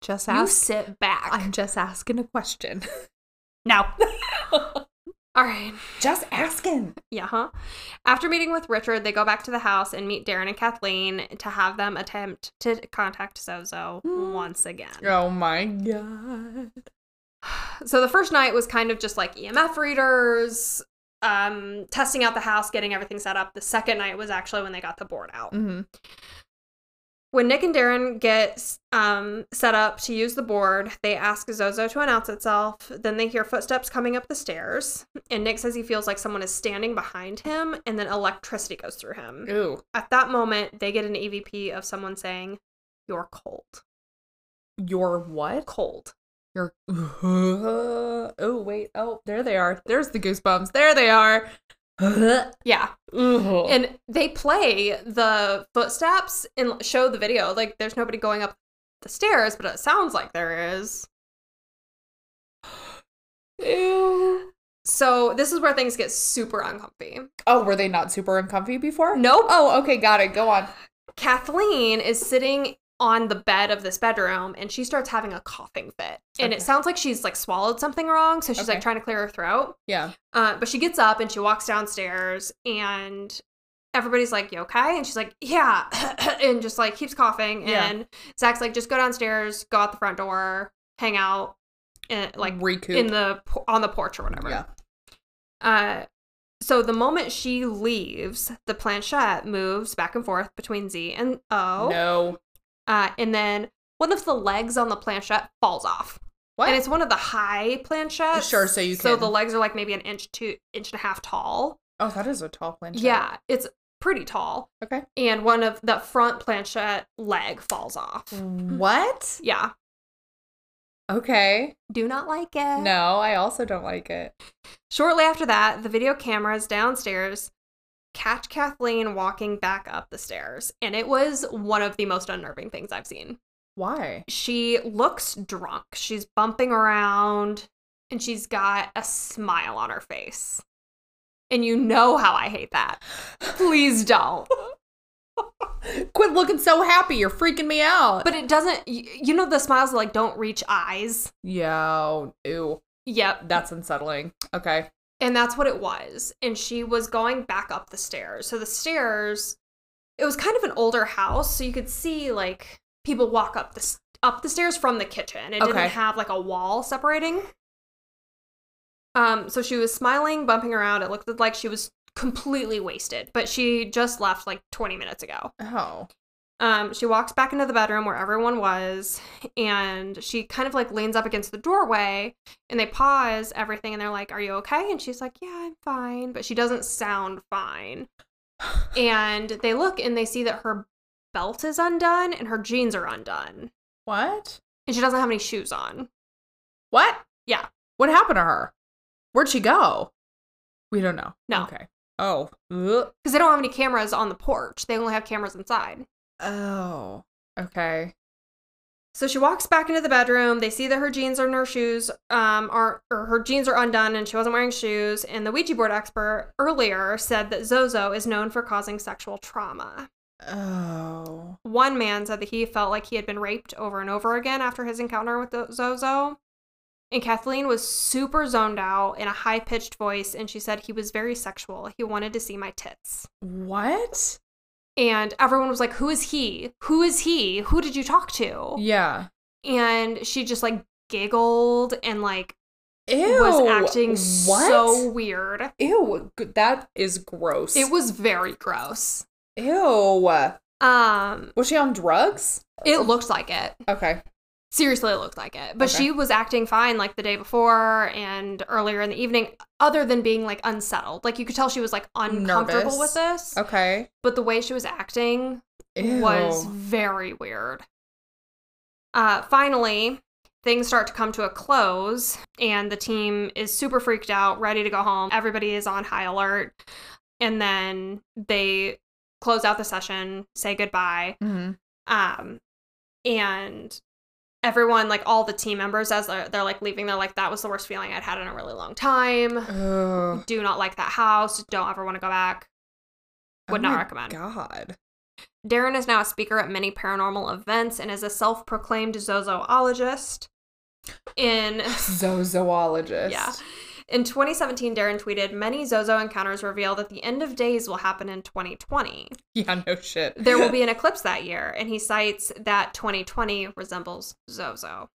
[SPEAKER 1] Just
[SPEAKER 2] you sit back.
[SPEAKER 1] just asking a question.
[SPEAKER 2] no. All right.
[SPEAKER 1] just asking.
[SPEAKER 2] Yeah, huh? After meeting with Richard, they go back to the house and meet Darren and Kathleen to have them attempt to contact Zozo
[SPEAKER 1] Hmm.
[SPEAKER 2] once again.
[SPEAKER 1] Oh my god.
[SPEAKER 2] So the first night was kind of just like EMF readers, um, testing out the house, getting everything set up. The second night was actually when they got the board out.
[SPEAKER 1] Mm-hmm.
[SPEAKER 2] When Nick and Darren get um, set up to use the board, they ask Zozo to announce itself. Then they hear footsteps coming up the stairs, and Nick says he feels like someone is standing behind him, and then electricity goes through him.
[SPEAKER 1] Ooh.
[SPEAKER 2] At that moment, they get an EVP of someone saying, You're cold.
[SPEAKER 1] Your what?
[SPEAKER 2] Cold.
[SPEAKER 1] You're. oh, wait. Oh, there they are. There's the goosebumps. There they are.
[SPEAKER 2] Yeah.
[SPEAKER 1] Ooh.
[SPEAKER 2] And they play the footsteps and show the video. Like, there's nobody going up the stairs, but it sounds like there is.
[SPEAKER 1] Ew.
[SPEAKER 2] So, this is where things get super uncomfy.
[SPEAKER 1] Oh, were they not super uncomfy before?
[SPEAKER 2] Nope.
[SPEAKER 1] Oh, okay. Got it. Go on.
[SPEAKER 2] Kathleen is sitting on the bed of this bedroom and she starts having a coughing fit. And
[SPEAKER 1] Okay.
[SPEAKER 2] it sounds like she's like swallowed something wrong. So she's
[SPEAKER 1] Okay.
[SPEAKER 2] like trying to clear her throat.
[SPEAKER 1] Yeah.
[SPEAKER 2] Uh, but she gets up and she walks downstairs and everybody's like, You okay? And she's like, Yeah. and just like keeps coughing.
[SPEAKER 1] Yeah.
[SPEAKER 2] And Zach's like, Just go downstairs, go out the front door, hang out, and like
[SPEAKER 1] recoup.
[SPEAKER 2] in the po- on the porch or whatever.
[SPEAKER 1] Yeah.
[SPEAKER 2] Uh, so the moment she leaves, the planchette moves back and forth between Z and
[SPEAKER 1] Oh.
[SPEAKER 2] O.
[SPEAKER 1] No.
[SPEAKER 2] Uh, and then one of the legs on the planchette falls off.
[SPEAKER 1] What?
[SPEAKER 2] And it's one of the high planchettes.
[SPEAKER 1] Sure, so you
[SPEAKER 2] So
[SPEAKER 1] can-
[SPEAKER 2] the legs are like maybe an inch, two inch and a half tall.
[SPEAKER 1] oh, that is a tall planchette.
[SPEAKER 2] Yeah, it's pretty tall.
[SPEAKER 1] Okay.
[SPEAKER 2] And one of the front planchette leg falls off.
[SPEAKER 1] Mm. What?
[SPEAKER 2] Yeah.
[SPEAKER 1] Okay.
[SPEAKER 2] Do not like it.
[SPEAKER 1] No, I also don't like it.
[SPEAKER 2] Shortly after that, the video cameras downstairs catch Kathleen walking back up the stairs, and it was one of the most unnerving things I've seen.
[SPEAKER 1] Why?
[SPEAKER 2] She looks drunk. She's bumping around and she's got a smile on her face. And you know how I hate that. Please don't.
[SPEAKER 1] Quit looking so happy. You're freaking me out.
[SPEAKER 2] But it doesn't, y- you know, the smiles that like don't reach eyes.
[SPEAKER 1] yeah. oh, Ew.
[SPEAKER 2] Yep.
[SPEAKER 1] That's unsettling. Okay.
[SPEAKER 2] And that's what it was. And she was going back up the stairs. So the stairs, it was kind of an older house, so you could see like people walk up the s- up the stairs from the kitchen. It
[SPEAKER 1] Okay.
[SPEAKER 2] didn't have like a wall separating. Um, so she was smiling, bumping around. It looked like she was completely wasted, but she just left like 20 minutes ago.
[SPEAKER 1] Oh.
[SPEAKER 2] Um, she walks back into the bedroom where everyone was, and she kind of like leans up against the doorway, and they pause everything, and they're like, "Are you okay?" And she's like, "Yeah, I'm fine," but she doesn't sound fine. And they look and they see that her belt is undone and her jeans are undone,
[SPEAKER 1] What?
[SPEAKER 2] and she doesn't have any shoes on.
[SPEAKER 1] What?
[SPEAKER 2] Yeah.
[SPEAKER 1] What happened to her? Where'd she go? We don't know.
[SPEAKER 2] No.
[SPEAKER 1] Okay. Oh. Ugh.
[SPEAKER 2] Because they don't have any cameras on the porch; they only have cameras inside.
[SPEAKER 1] Oh. Okay.
[SPEAKER 2] So she walks back into the bedroom. They see that her jeans and her shoes um, are, or her jeans are undone and she wasn't wearing shoes. And the Ouija board expert earlier said that Zozo is known for causing sexual trauma.
[SPEAKER 1] Oh.
[SPEAKER 2] One man said that he felt like he had been raped over and over again after his encounter with the Zozo. And Kathleen was super zoned out in a high pitched voice, and she said he was very sexual. He wanted to see my tits.
[SPEAKER 1] What?
[SPEAKER 2] And everyone was like, Who is he? Who is he? Who did you talk to?
[SPEAKER 1] Yeah.
[SPEAKER 2] And she just like giggled and like
[SPEAKER 1] Ew.
[SPEAKER 2] was acting
[SPEAKER 1] what?
[SPEAKER 2] so weird.
[SPEAKER 1] Ew. g- That is gross.
[SPEAKER 2] It was very gross.
[SPEAKER 1] Ew.
[SPEAKER 2] Um,
[SPEAKER 1] Was she on drugs?
[SPEAKER 2] it looked like it.
[SPEAKER 1] Okay.
[SPEAKER 2] Seriously, it looked like it. But
[SPEAKER 1] Okay.
[SPEAKER 2] she was acting fine like the day before and earlier in the evening, other than being like unsettled. Like you could tell she was like uncomfortable
[SPEAKER 1] Nervous.
[SPEAKER 2] with this.
[SPEAKER 1] Okay.
[SPEAKER 2] But the way she was acting was very weird. Uh, finally, things start to come to a close, and the team is super freaked out, ready to go home. Everybody is on high alert. And then they close out the session, say goodbye.
[SPEAKER 1] Mhm.
[SPEAKER 2] Um, and everyone, like all the team members, as they're, they're like leaving, they're like, that was the worst feeling I'd had in a really long time.
[SPEAKER 1] Ugh.
[SPEAKER 2] Do not like that house. Don't ever want to go back. Would
[SPEAKER 1] Oh
[SPEAKER 2] not
[SPEAKER 1] my
[SPEAKER 2] recommend.
[SPEAKER 1] God.
[SPEAKER 2] Darren is now a speaker at many paranormal events and is a self proclaimed zozoologist. In
[SPEAKER 1] Zozoologist.
[SPEAKER 2] yeah. In 2017, Darren tweeted, many Zozo encounters reveal that the end of days will happen in 2020.
[SPEAKER 1] Yeah, no shit.
[SPEAKER 2] There will be an eclipse that year, and he cites that 2020 resembles Zozo.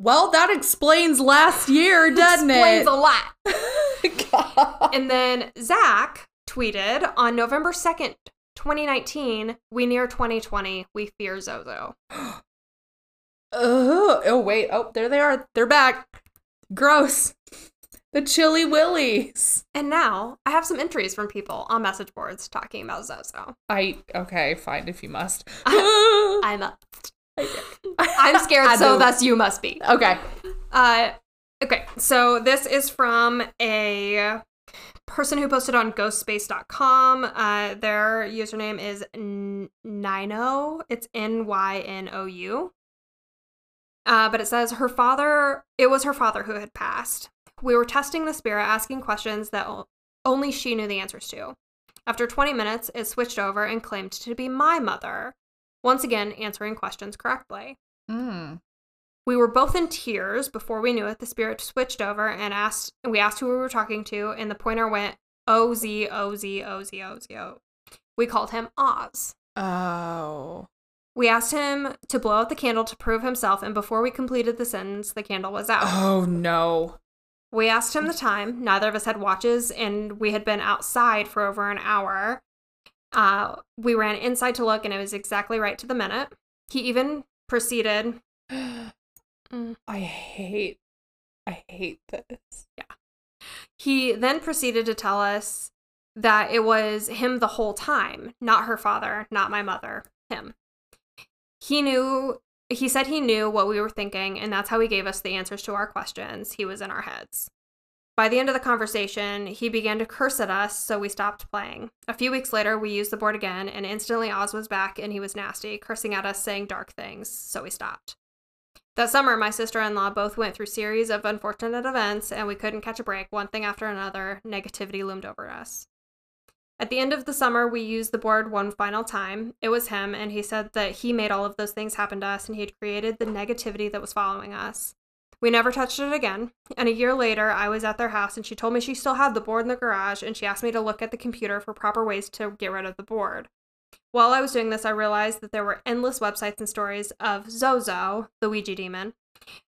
[SPEAKER 1] Well, that explains last year, doesn't
[SPEAKER 2] Explains
[SPEAKER 1] it?
[SPEAKER 2] a lot.
[SPEAKER 1] God.
[SPEAKER 2] And then Zach tweeted on November 2nd, 2019, we near 2020, we fear Zozo.
[SPEAKER 1] Ugh. Oh, wait. Oh, there they are. They're back. Gross. The Chili Willies.
[SPEAKER 2] And now I have some entries from people on message boards talking about Zozo.
[SPEAKER 1] I, okay, fine if you must.
[SPEAKER 2] I'm up. I'm scared, so thus you must be.
[SPEAKER 1] Okay.
[SPEAKER 2] Uh, okay, so this is from a person who posted on ghostspace.com. Uh, their username is N- Nino. It's N Y N O U. Uh, but it says her father, it was her father who had passed. We were testing the spirit, asking questions that o- only she knew the answers to. After 20 minutes, it switched over and claimed to be my mother, once again answering questions correctly.
[SPEAKER 1] Mm.
[SPEAKER 2] We were both in tears before we knew it. The spirit switched over and asked, and we asked who we were talking to, and the pointer went O Z O Z O Z O Z O. We called him Oz.
[SPEAKER 1] Oh.
[SPEAKER 2] We asked him to blow out the candle to prove himself, and before we completed the sentence, the candle was out.
[SPEAKER 1] Oh, no.
[SPEAKER 2] We asked him the time. Neither of us had watches, and we had been outside for over an hour. Uh, we ran inside to look, and it was exactly right to the minute. He even proceeded. Mm.
[SPEAKER 1] I hate, I hate this.
[SPEAKER 2] He then proceeded to tell us that it was him the whole time, not her father, not my mother, him. He knew, he said he knew what we were thinking, and that's how he gave us the answers to our questions. He was in our heads. By the end of the conversation, he began to curse at us, so we stopped playing. A few weeks later, we used the board again, and instantly Oz was back and he was nasty, cursing at us, saying dark things, so we stopped. That summer, my sister in law both went through series of unfortunate events, and we couldn't catch a break. One thing after another, negativity loomed over us. At the end of the summer, we used the board one final time. It was him, and he said that he made all of those things happen to us, and he had created the negativity that was following us. We never touched it again. And a year later, I was at their house, and she told me she still had the board in the garage, and she asked me to look at the computer for proper ways to get rid of the board. While I was doing this, I realized that there were endless websites and stories of Zozo, the Ouija demon.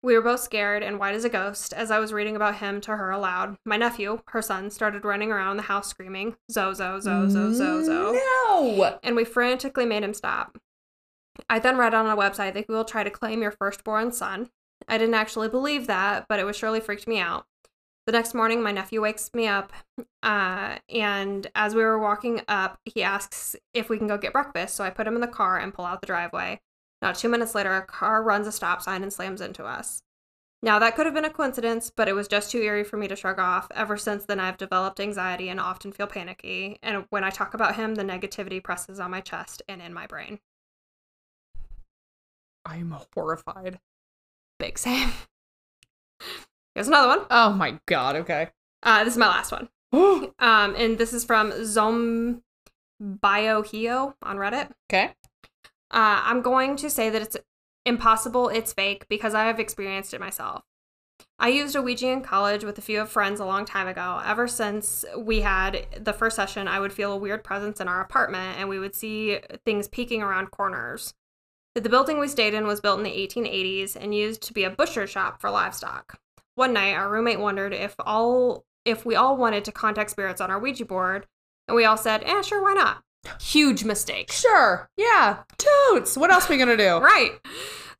[SPEAKER 2] We were both scared and white as a ghost as I was reading about him to her aloud. My nephew, her son, started running around the house screaming, Zozo, Zozo, Zozo.
[SPEAKER 1] No.
[SPEAKER 2] And we frantically made him stop. I then read on a website that we will try to claim your firstborn son. I didn't actually believe that, but it was surely freaked me out. The next morning, my nephew wakes me up, uh, and as we were walking up, he asks if we can go get breakfast. So I put him in the car and pull out the driveway. Not two minutes later, a car runs a stop sign and slams into us. Now, that could have been a coincidence, but it was just too eerie for me to shrug off. Ever since then, I've developed anxiety and often feel panicky. And when I talk about him, the negativity presses on my chest and in my brain.
[SPEAKER 1] I'm horrified.
[SPEAKER 2] Big same. Here's another one.
[SPEAKER 1] Oh my god. Okay.
[SPEAKER 2] Uh, this is my last one. Um, and this is from Zom Biohio on Reddit.
[SPEAKER 1] okay.
[SPEAKER 2] Uh, I'm going to say that it's impossible, it's fake, because I have experienced it myself. I used Ouija in college with a few of friends a long time ago. Ever since we had the first session, I would feel a weird presence in our apartment and we would see things peeking around corners. The building we stayed in was built in the 1880s and used to be a butcher shop for livestock. One night, our roommate wondered if all if we all wanted to contact spirits on our Ouija board, and we all said, "Eh, sure, why not?" Huge mistake.
[SPEAKER 1] Sure. Yeah. Toots. What else we gonna do?
[SPEAKER 2] Right.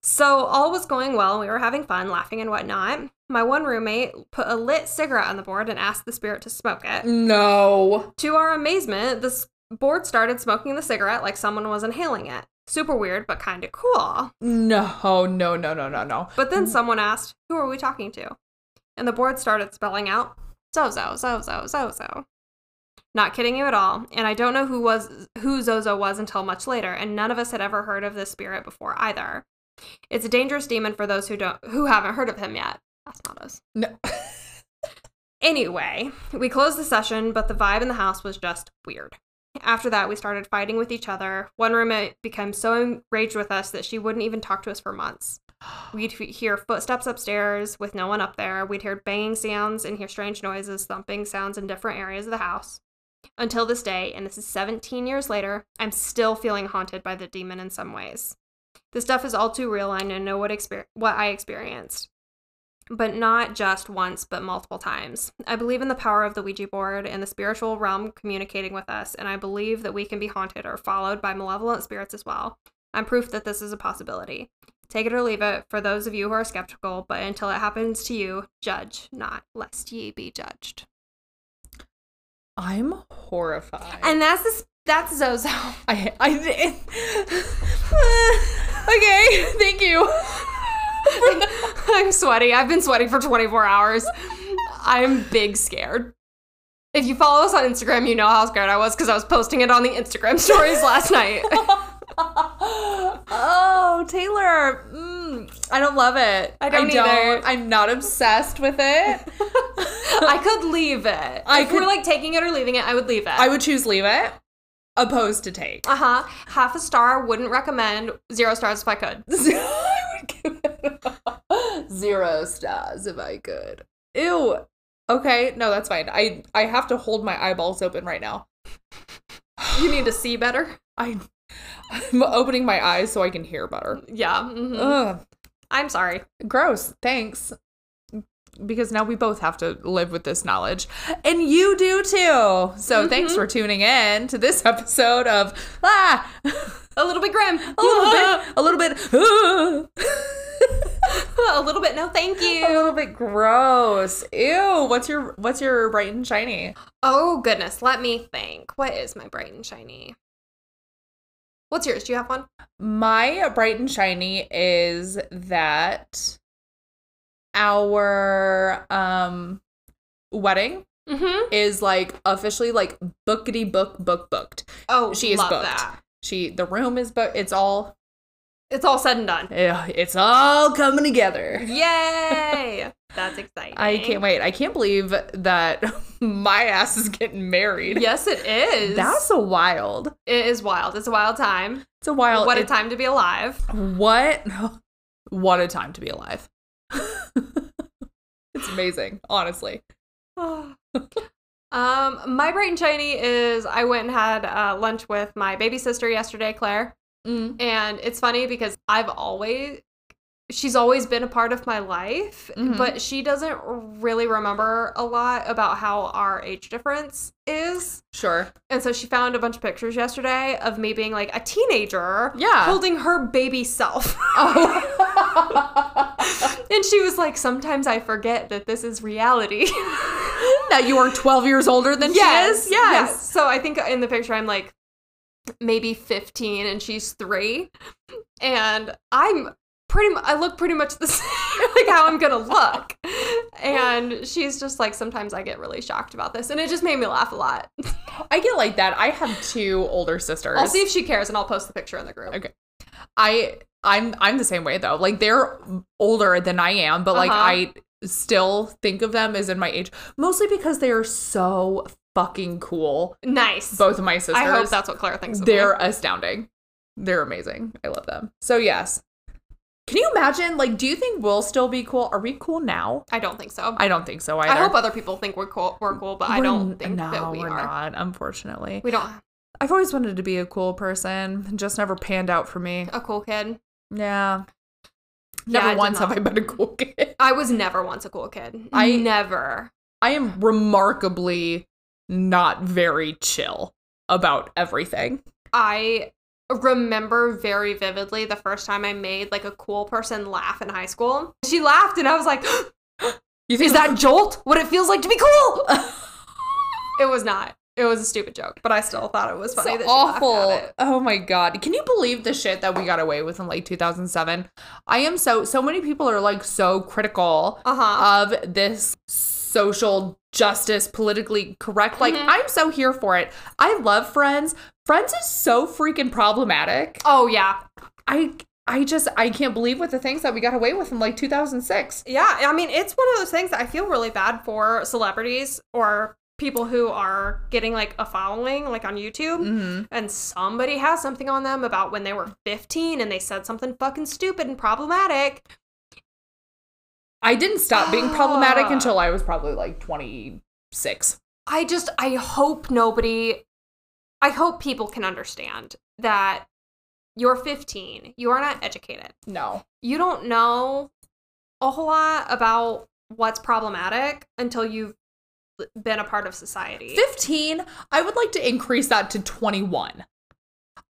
[SPEAKER 2] So all was going well. We were having fun, laughing and whatnot. My one roommate put a lit cigarette on the board and asked the spirit to smoke
[SPEAKER 1] Mm.
[SPEAKER 2] it.
[SPEAKER 1] No.
[SPEAKER 2] To our amazement, the s- board started smoking the cigarette like someone was inhaling it. Super weird, but kind of cool.
[SPEAKER 1] No. No. No. No. No. No.
[SPEAKER 2] But then someone asked, Who are we talking to? And the board started spelling out, Zozo, Zozo, Zozo. Not kidding you at all. And I don't know who was who Zozo was until much later, and none of us had ever heard of this spirit before either. It's a dangerous demon for those who don't who haven't heard of him yet. That's not us.
[SPEAKER 1] No.
[SPEAKER 2] Anyway, we closed the session, but the vibe in the house was just weird. After that, we started fighting with each other. One roommate became so enraged with us that she wouldn't even talk to us for months. We'd f- hear footsteps upstairs with no one up there. We'd hear banging sounds and hear strange noises, thumping sounds in different areas of the house. Until this day, and this is 17 years later, I'm still feeling haunted by the demon in some ways. This stuff is all too real, and I know what, exper- what I experienced but not just once, but multiple times. I believe in the power of the Ouija board and the spiritual realm communicating with us, and I believe that we can be haunted or followed by malevolent spirits as well. I'm proof that this is a possibility. Take it or leave it for those of you who are skeptical, but until it happens to you, judge not, lest ye be judged.
[SPEAKER 1] I'm horrified.
[SPEAKER 2] And that's this, that's Zozo.
[SPEAKER 1] I. I. okay. Thank you.
[SPEAKER 2] I'm sweaty. I've been sweating for 24 hours. I'm big scared. If you follow us on Instagram, you know how scared I was because I was posting it on the Instagram stories last night.
[SPEAKER 1] oh, Taylor. Mm, I don't love it.
[SPEAKER 2] I don't either.
[SPEAKER 1] I'm not obsessed with it.
[SPEAKER 2] I could leave it.
[SPEAKER 1] I
[SPEAKER 2] if
[SPEAKER 1] could-
[SPEAKER 2] we're like taking it or leaving it, I would leave it.
[SPEAKER 1] I would choose leave it, opposed to take.
[SPEAKER 2] uh huh. Half a star wouldn't recommend. Zero stars if I could.
[SPEAKER 1] I would give it zero stars if I could. Ew. Okay, no, that's fine. I I have to hold my eyeballs open right now.
[SPEAKER 2] You need to see better.
[SPEAKER 1] I I'm opening my eyes so I can hear better.
[SPEAKER 2] Yeah. mhm.
[SPEAKER 1] Ugh,
[SPEAKER 2] I'm sorry.
[SPEAKER 1] gross. Thanks. Because now we both have to live with this knowledge. And you do too. So thanks for tuning in to this episode of Ah
[SPEAKER 2] A little bit grim. A
[SPEAKER 1] a little bit a little bit ah.
[SPEAKER 2] a little bit. No, thank
[SPEAKER 1] a
[SPEAKER 2] you.
[SPEAKER 1] little bit gross. Ew. What's your What's your bright and shiny?
[SPEAKER 2] Oh goodness. Let me think. What is my bright and shiny? What's yours? Do you have one?
[SPEAKER 1] My bright and shiny is that our um wedding
[SPEAKER 2] Mm-hmm.
[SPEAKER 1] is like officially like bookity book book booked.
[SPEAKER 2] Oh,
[SPEAKER 1] She is
[SPEAKER 2] love
[SPEAKER 1] booked.
[SPEAKER 2] That.
[SPEAKER 1] She the room is booked. It's all
[SPEAKER 2] It's all said and done.
[SPEAKER 1] ugh, it's all coming together.
[SPEAKER 2] Yay! That's exciting.
[SPEAKER 1] I can't wait. I can't believe that my ass is getting married.
[SPEAKER 2] Yes, it is.
[SPEAKER 1] That's a wild.
[SPEAKER 2] it is wild. It's a wild time.
[SPEAKER 1] It's a wild.
[SPEAKER 2] what a
[SPEAKER 1] it's-
[SPEAKER 2] time to be alive.
[SPEAKER 1] What? What a time to be alive. it's amazing, honestly.
[SPEAKER 2] um, my bright and shiny is I went and had uh, lunch with my baby sister yesterday, Claire, and it's funny because I've always she's always been a part of my life,
[SPEAKER 1] Mhm.
[SPEAKER 2] but she doesn't really remember a lot about how our age difference is.
[SPEAKER 1] Sure.
[SPEAKER 2] And so she found a bunch of pictures yesterday of me being like a teenager
[SPEAKER 1] Yeah.
[SPEAKER 2] holding her baby self.
[SPEAKER 1] Oh.
[SPEAKER 2] and she was like, Sometimes I forget that this is reality.
[SPEAKER 1] that you are 12 years older than
[SPEAKER 2] yes,
[SPEAKER 1] she is?
[SPEAKER 2] Yes. So I think in the picture I'm like maybe 15 and she's 3 and I'm pretty mu- I look pretty much the same like how I'm going to look. And she's just like sometimes I get really shocked about this and it just made me laugh a lot.
[SPEAKER 1] I get like that. I have two older sisters.
[SPEAKER 2] I'll see if she cares and I'll post the picture in the group.
[SPEAKER 1] Okay. I I'm I'm the same way though. Like they're older than I am, but like
[SPEAKER 2] Uh-huh.
[SPEAKER 1] I still think of them as in my age, mostly because they are so fucking cool.
[SPEAKER 2] Nice.
[SPEAKER 1] Both of my sisters.
[SPEAKER 2] I hope that's what Claire thinks of
[SPEAKER 1] they're
[SPEAKER 2] me.
[SPEAKER 1] astounding. They're amazing. I love them. So yes. Can you imagine? Like, do you think we'll still be cool? Are we cool now?
[SPEAKER 2] I don't think so. I,
[SPEAKER 1] I don't think so either.
[SPEAKER 2] hope other people think we're cool, we're cool but I
[SPEAKER 1] We're
[SPEAKER 2] don't
[SPEAKER 1] n-
[SPEAKER 2] think
[SPEAKER 1] no,
[SPEAKER 2] that we
[SPEAKER 1] we're
[SPEAKER 2] are.
[SPEAKER 1] not. Unfortunately,
[SPEAKER 2] We don't
[SPEAKER 1] I've always wanted to be a cool person. It Just never panned out for me.
[SPEAKER 2] a cool kid.
[SPEAKER 1] Yeah.
[SPEAKER 2] Yeah,
[SPEAKER 1] Never
[SPEAKER 2] I did
[SPEAKER 1] once have
[SPEAKER 2] not.
[SPEAKER 1] I been a cool kid.
[SPEAKER 2] I was never once a cool kid.
[SPEAKER 1] I-
[SPEAKER 2] I never.
[SPEAKER 1] I am remarkably not very chill about everything.
[SPEAKER 2] I remember very vividly the first time I made like a cool person laugh in high school. She laughed and I was like,
[SPEAKER 1] You
[SPEAKER 2] "Is that jolt? What it feels like to be cool?" it was not. It was a stupid joke, but I still thought it was
[SPEAKER 1] so
[SPEAKER 2] funny. that She
[SPEAKER 1] awful?
[SPEAKER 2] laughed at it.
[SPEAKER 1] Oh my god! Can you believe the shit that we got away with in like 2007? I am so so many people are like so critical
[SPEAKER 2] Uh-huh.
[SPEAKER 1] of this social justice, politically correct. Like,
[SPEAKER 2] Mhm.
[SPEAKER 1] I'm so here for it. I love Friends. Friends is so freaking problematic.
[SPEAKER 2] oh yeah,
[SPEAKER 1] I I just I can't believe what the things that we got away with in like 2006.
[SPEAKER 2] yeah. I mean, it's one of those things that I feel really bad for celebrities or people who are getting like a following, like on YouTube.
[SPEAKER 1] Mm-hmm.
[SPEAKER 2] and somebody has something on them about when they were 15 and they said something fucking stupid and problematic.
[SPEAKER 1] I didn't stop being problematic
[SPEAKER 2] Ah.
[SPEAKER 1] until I was probably like 26.
[SPEAKER 2] I just, I hope nobody, I hope people can understand that you're 15, you are not educated,
[SPEAKER 1] No.
[SPEAKER 2] you don't know a whole lot about what's problematic until you've been a part of society.
[SPEAKER 1] 15, I would like to increase that to 21.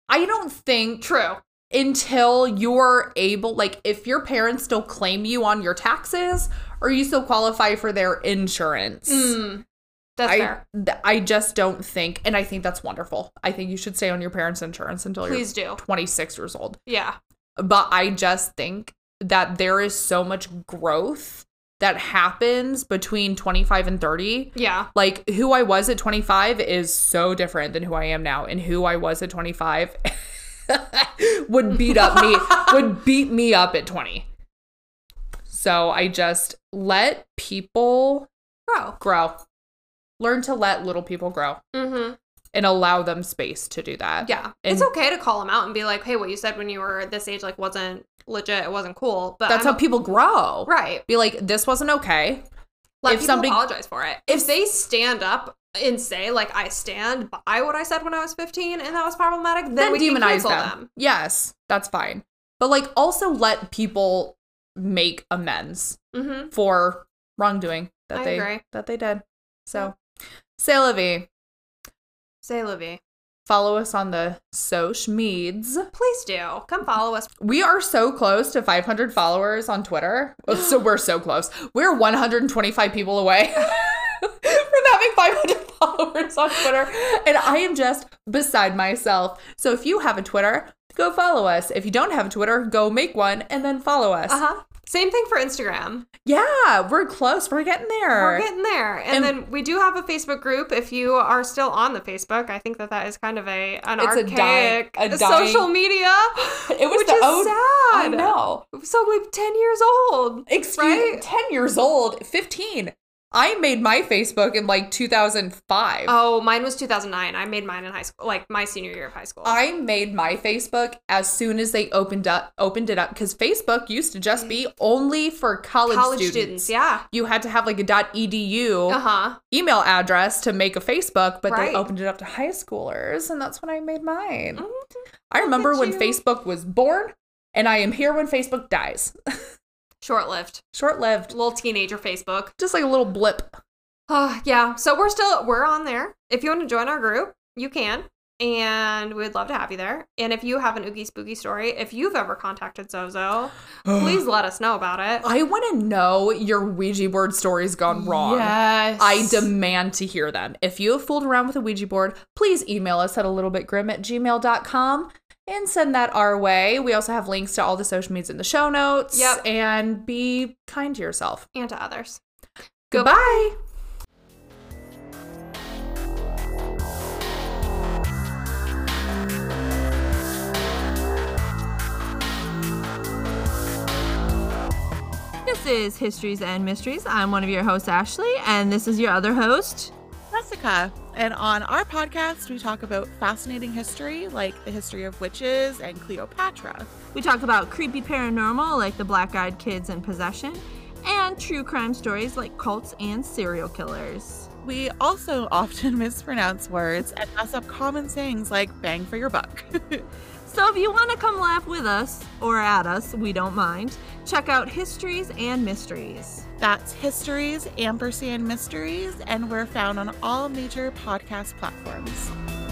[SPEAKER 1] I don't think
[SPEAKER 2] True.
[SPEAKER 1] until you're able like if your parents still claim you on your taxes or you still qualify for their insurance
[SPEAKER 2] Mm, that's
[SPEAKER 1] I,
[SPEAKER 2] fair.
[SPEAKER 1] th- I just don't think and i think that's wonderful i think you should stay on your parents insurance until
[SPEAKER 2] Please do.
[SPEAKER 1] you're 26 years old
[SPEAKER 2] Yeah.
[SPEAKER 1] but i just think that there is so much growth that happens between 25 and 30
[SPEAKER 2] Yeah.
[SPEAKER 1] like who i was at 25 is so different than who i am now and who i was at 25 would beat up me would beat me up at 20 so i just let people
[SPEAKER 2] Bro.
[SPEAKER 1] grow learn to let little people grow
[SPEAKER 2] Mm-hmm.
[SPEAKER 1] and allow them space to do that
[SPEAKER 2] Yeah.
[SPEAKER 1] Uh, And-
[SPEAKER 2] it's okay to call them out and be like, hey, what you said when you were this age, like, wasn't legit. It wasn't cool. But
[SPEAKER 1] that's
[SPEAKER 2] I'm-
[SPEAKER 1] how people grow
[SPEAKER 2] right.
[SPEAKER 1] be like this wasn't okay
[SPEAKER 2] Let
[SPEAKER 1] If
[SPEAKER 2] people
[SPEAKER 1] somebody-
[SPEAKER 2] apologize for it. If they stand up and say, like, I stand by what I said when I was 15 and that was problematic, then,
[SPEAKER 1] then
[SPEAKER 2] we can
[SPEAKER 1] demonize
[SPEAKER 2] cancel
[SPEAKER 1] them. yes that's fine but like also let people make amends
[SPEAKER 2] hmm
[SPEAKER 1] for wrongdoing that
[SPEAKER 2] I
[SPEAKER 1] they
[SPEAKER 2] agree.
[SPEAKER 1] that they did. So, say Livy,
[SPEAKER 2] Say, Livy,
[SPEAKER 1] follow us on the social meds.
[SPEAKER 2] please do come follow us.
[SPEAKER 1] We are so close to 500 followers on Twitter. So we're so close. We're 125 people away from having 500 followers on Twitter, and I am just beside myself. So if you have a Twitter, go follow us. If you don't have a Twitter, go make one and then follow us.
[SPEAKER 2] Uh huh. Same thing for Instagram.
[SPEAKER 1] Yeah, we're close. We're getting there.
[SPEAKER 2] We're getting there. And,
[SPEAKER 1] And-
[SPEAKER 2] then we do have a Facebook group. If you are still on the Facebook, I think that that is kind of a an
[SPEAKER 1] It's a dying-
[SPEAKER 2] archaic
[SPEAKER 1] a dying-
[SPEAKER 2] social media.
[SPEAKER 1] It was
[SPEAKER 2] which
[SPEAKER 1] the
[SPEAKER 2] is
[SPEAKER 1] old-
[SPEAKER 2] sad.
[SPEAKER 1] I know.
[SPEAKER 2] So we're 10 years old.
[SPEAKER 1] Excuse
[SPEAKER 2] Right?
[SPEAKER 1] 10 years old, 15. I made my Facebook in like 2005.
[SPEAKER 2] Oh, mine was 2009. I made mine in high school, like my senior year of high school.
[SPEAKER 1] I made my Facebook as soon as they opened up opened it up cuz Facebook used to just be only for college,
[SPEAKER 2] Mm. College
[SPEAKER 1] students. Oh.
[SPEAKER 2] students. yeah.
[SPEAKER 1] You had to have like a .edu
[SPEAKER 2] Uh huh.
[SPEAKER 1] email address to make a Facebook, but
[SPEAKER 2] Right.
[SPEAKER 1] they opened it up to high schoolers and that's when I made mine. I remember
[SPEAKER 2] Mm-hmm. at
[SPEAKER 1] when
[SPEAKER 2] you.
[SPEAKER 1] Facebook was born and I am here when Facebook dies.
[SPEAKER 2] Short lived.
[SPEAKER 1] Short-lived,
[SPEAKER 2] Little teenager Facebook.
[SPEAKER 1] just like a little blip.
[SPEAKER 2] Uh, yeah. So we're still, we're on there. If you want to join our group, you can. And we'd love to have you there. And if you have an oogie spooky story, if you've ever contacted Zozo, please let us know about it.
[SPEAKER 1] I want to know your Ouija board stories gone wrong.
[SPEAKER 2] Yes.
[SPEAKER 1] I demand to hear them. If you have fooled around with a Ouija board, please email us at a little bit grim at gmail.com and send that our way. We also have links to all the social medias in the show notes.
[SPEAKER 2] Yep.
[SPEAKER 1] And be kind to yourself.
[SPEAKER 2] And to others.
[SPEAKER 1] Goodbye.
[SPEAKER 3] is Histories and Mysteries. I'm one of your hosts, Ashley, and this is your other host.
[SPEAKER 4] Jessica. And on our podcast, we talk about fascinating history like the history of witches and Cleopatra.
[SPEAKER 3] We talk about creepy paranormal like the black eyed kids in possession, and true crime stories like cults and serial killers.
[SPEAKER 4] We also often mispronounce words and mess up common sayings like bang for your buck.
[SPEAKER 3] So if you want to come laugh with us or at us, we don't mind. Check out Histories and Mysteries.
[SPEAKER 4] That's Histories, Ampersand Mysteries, and we're found on all major podcast platforms.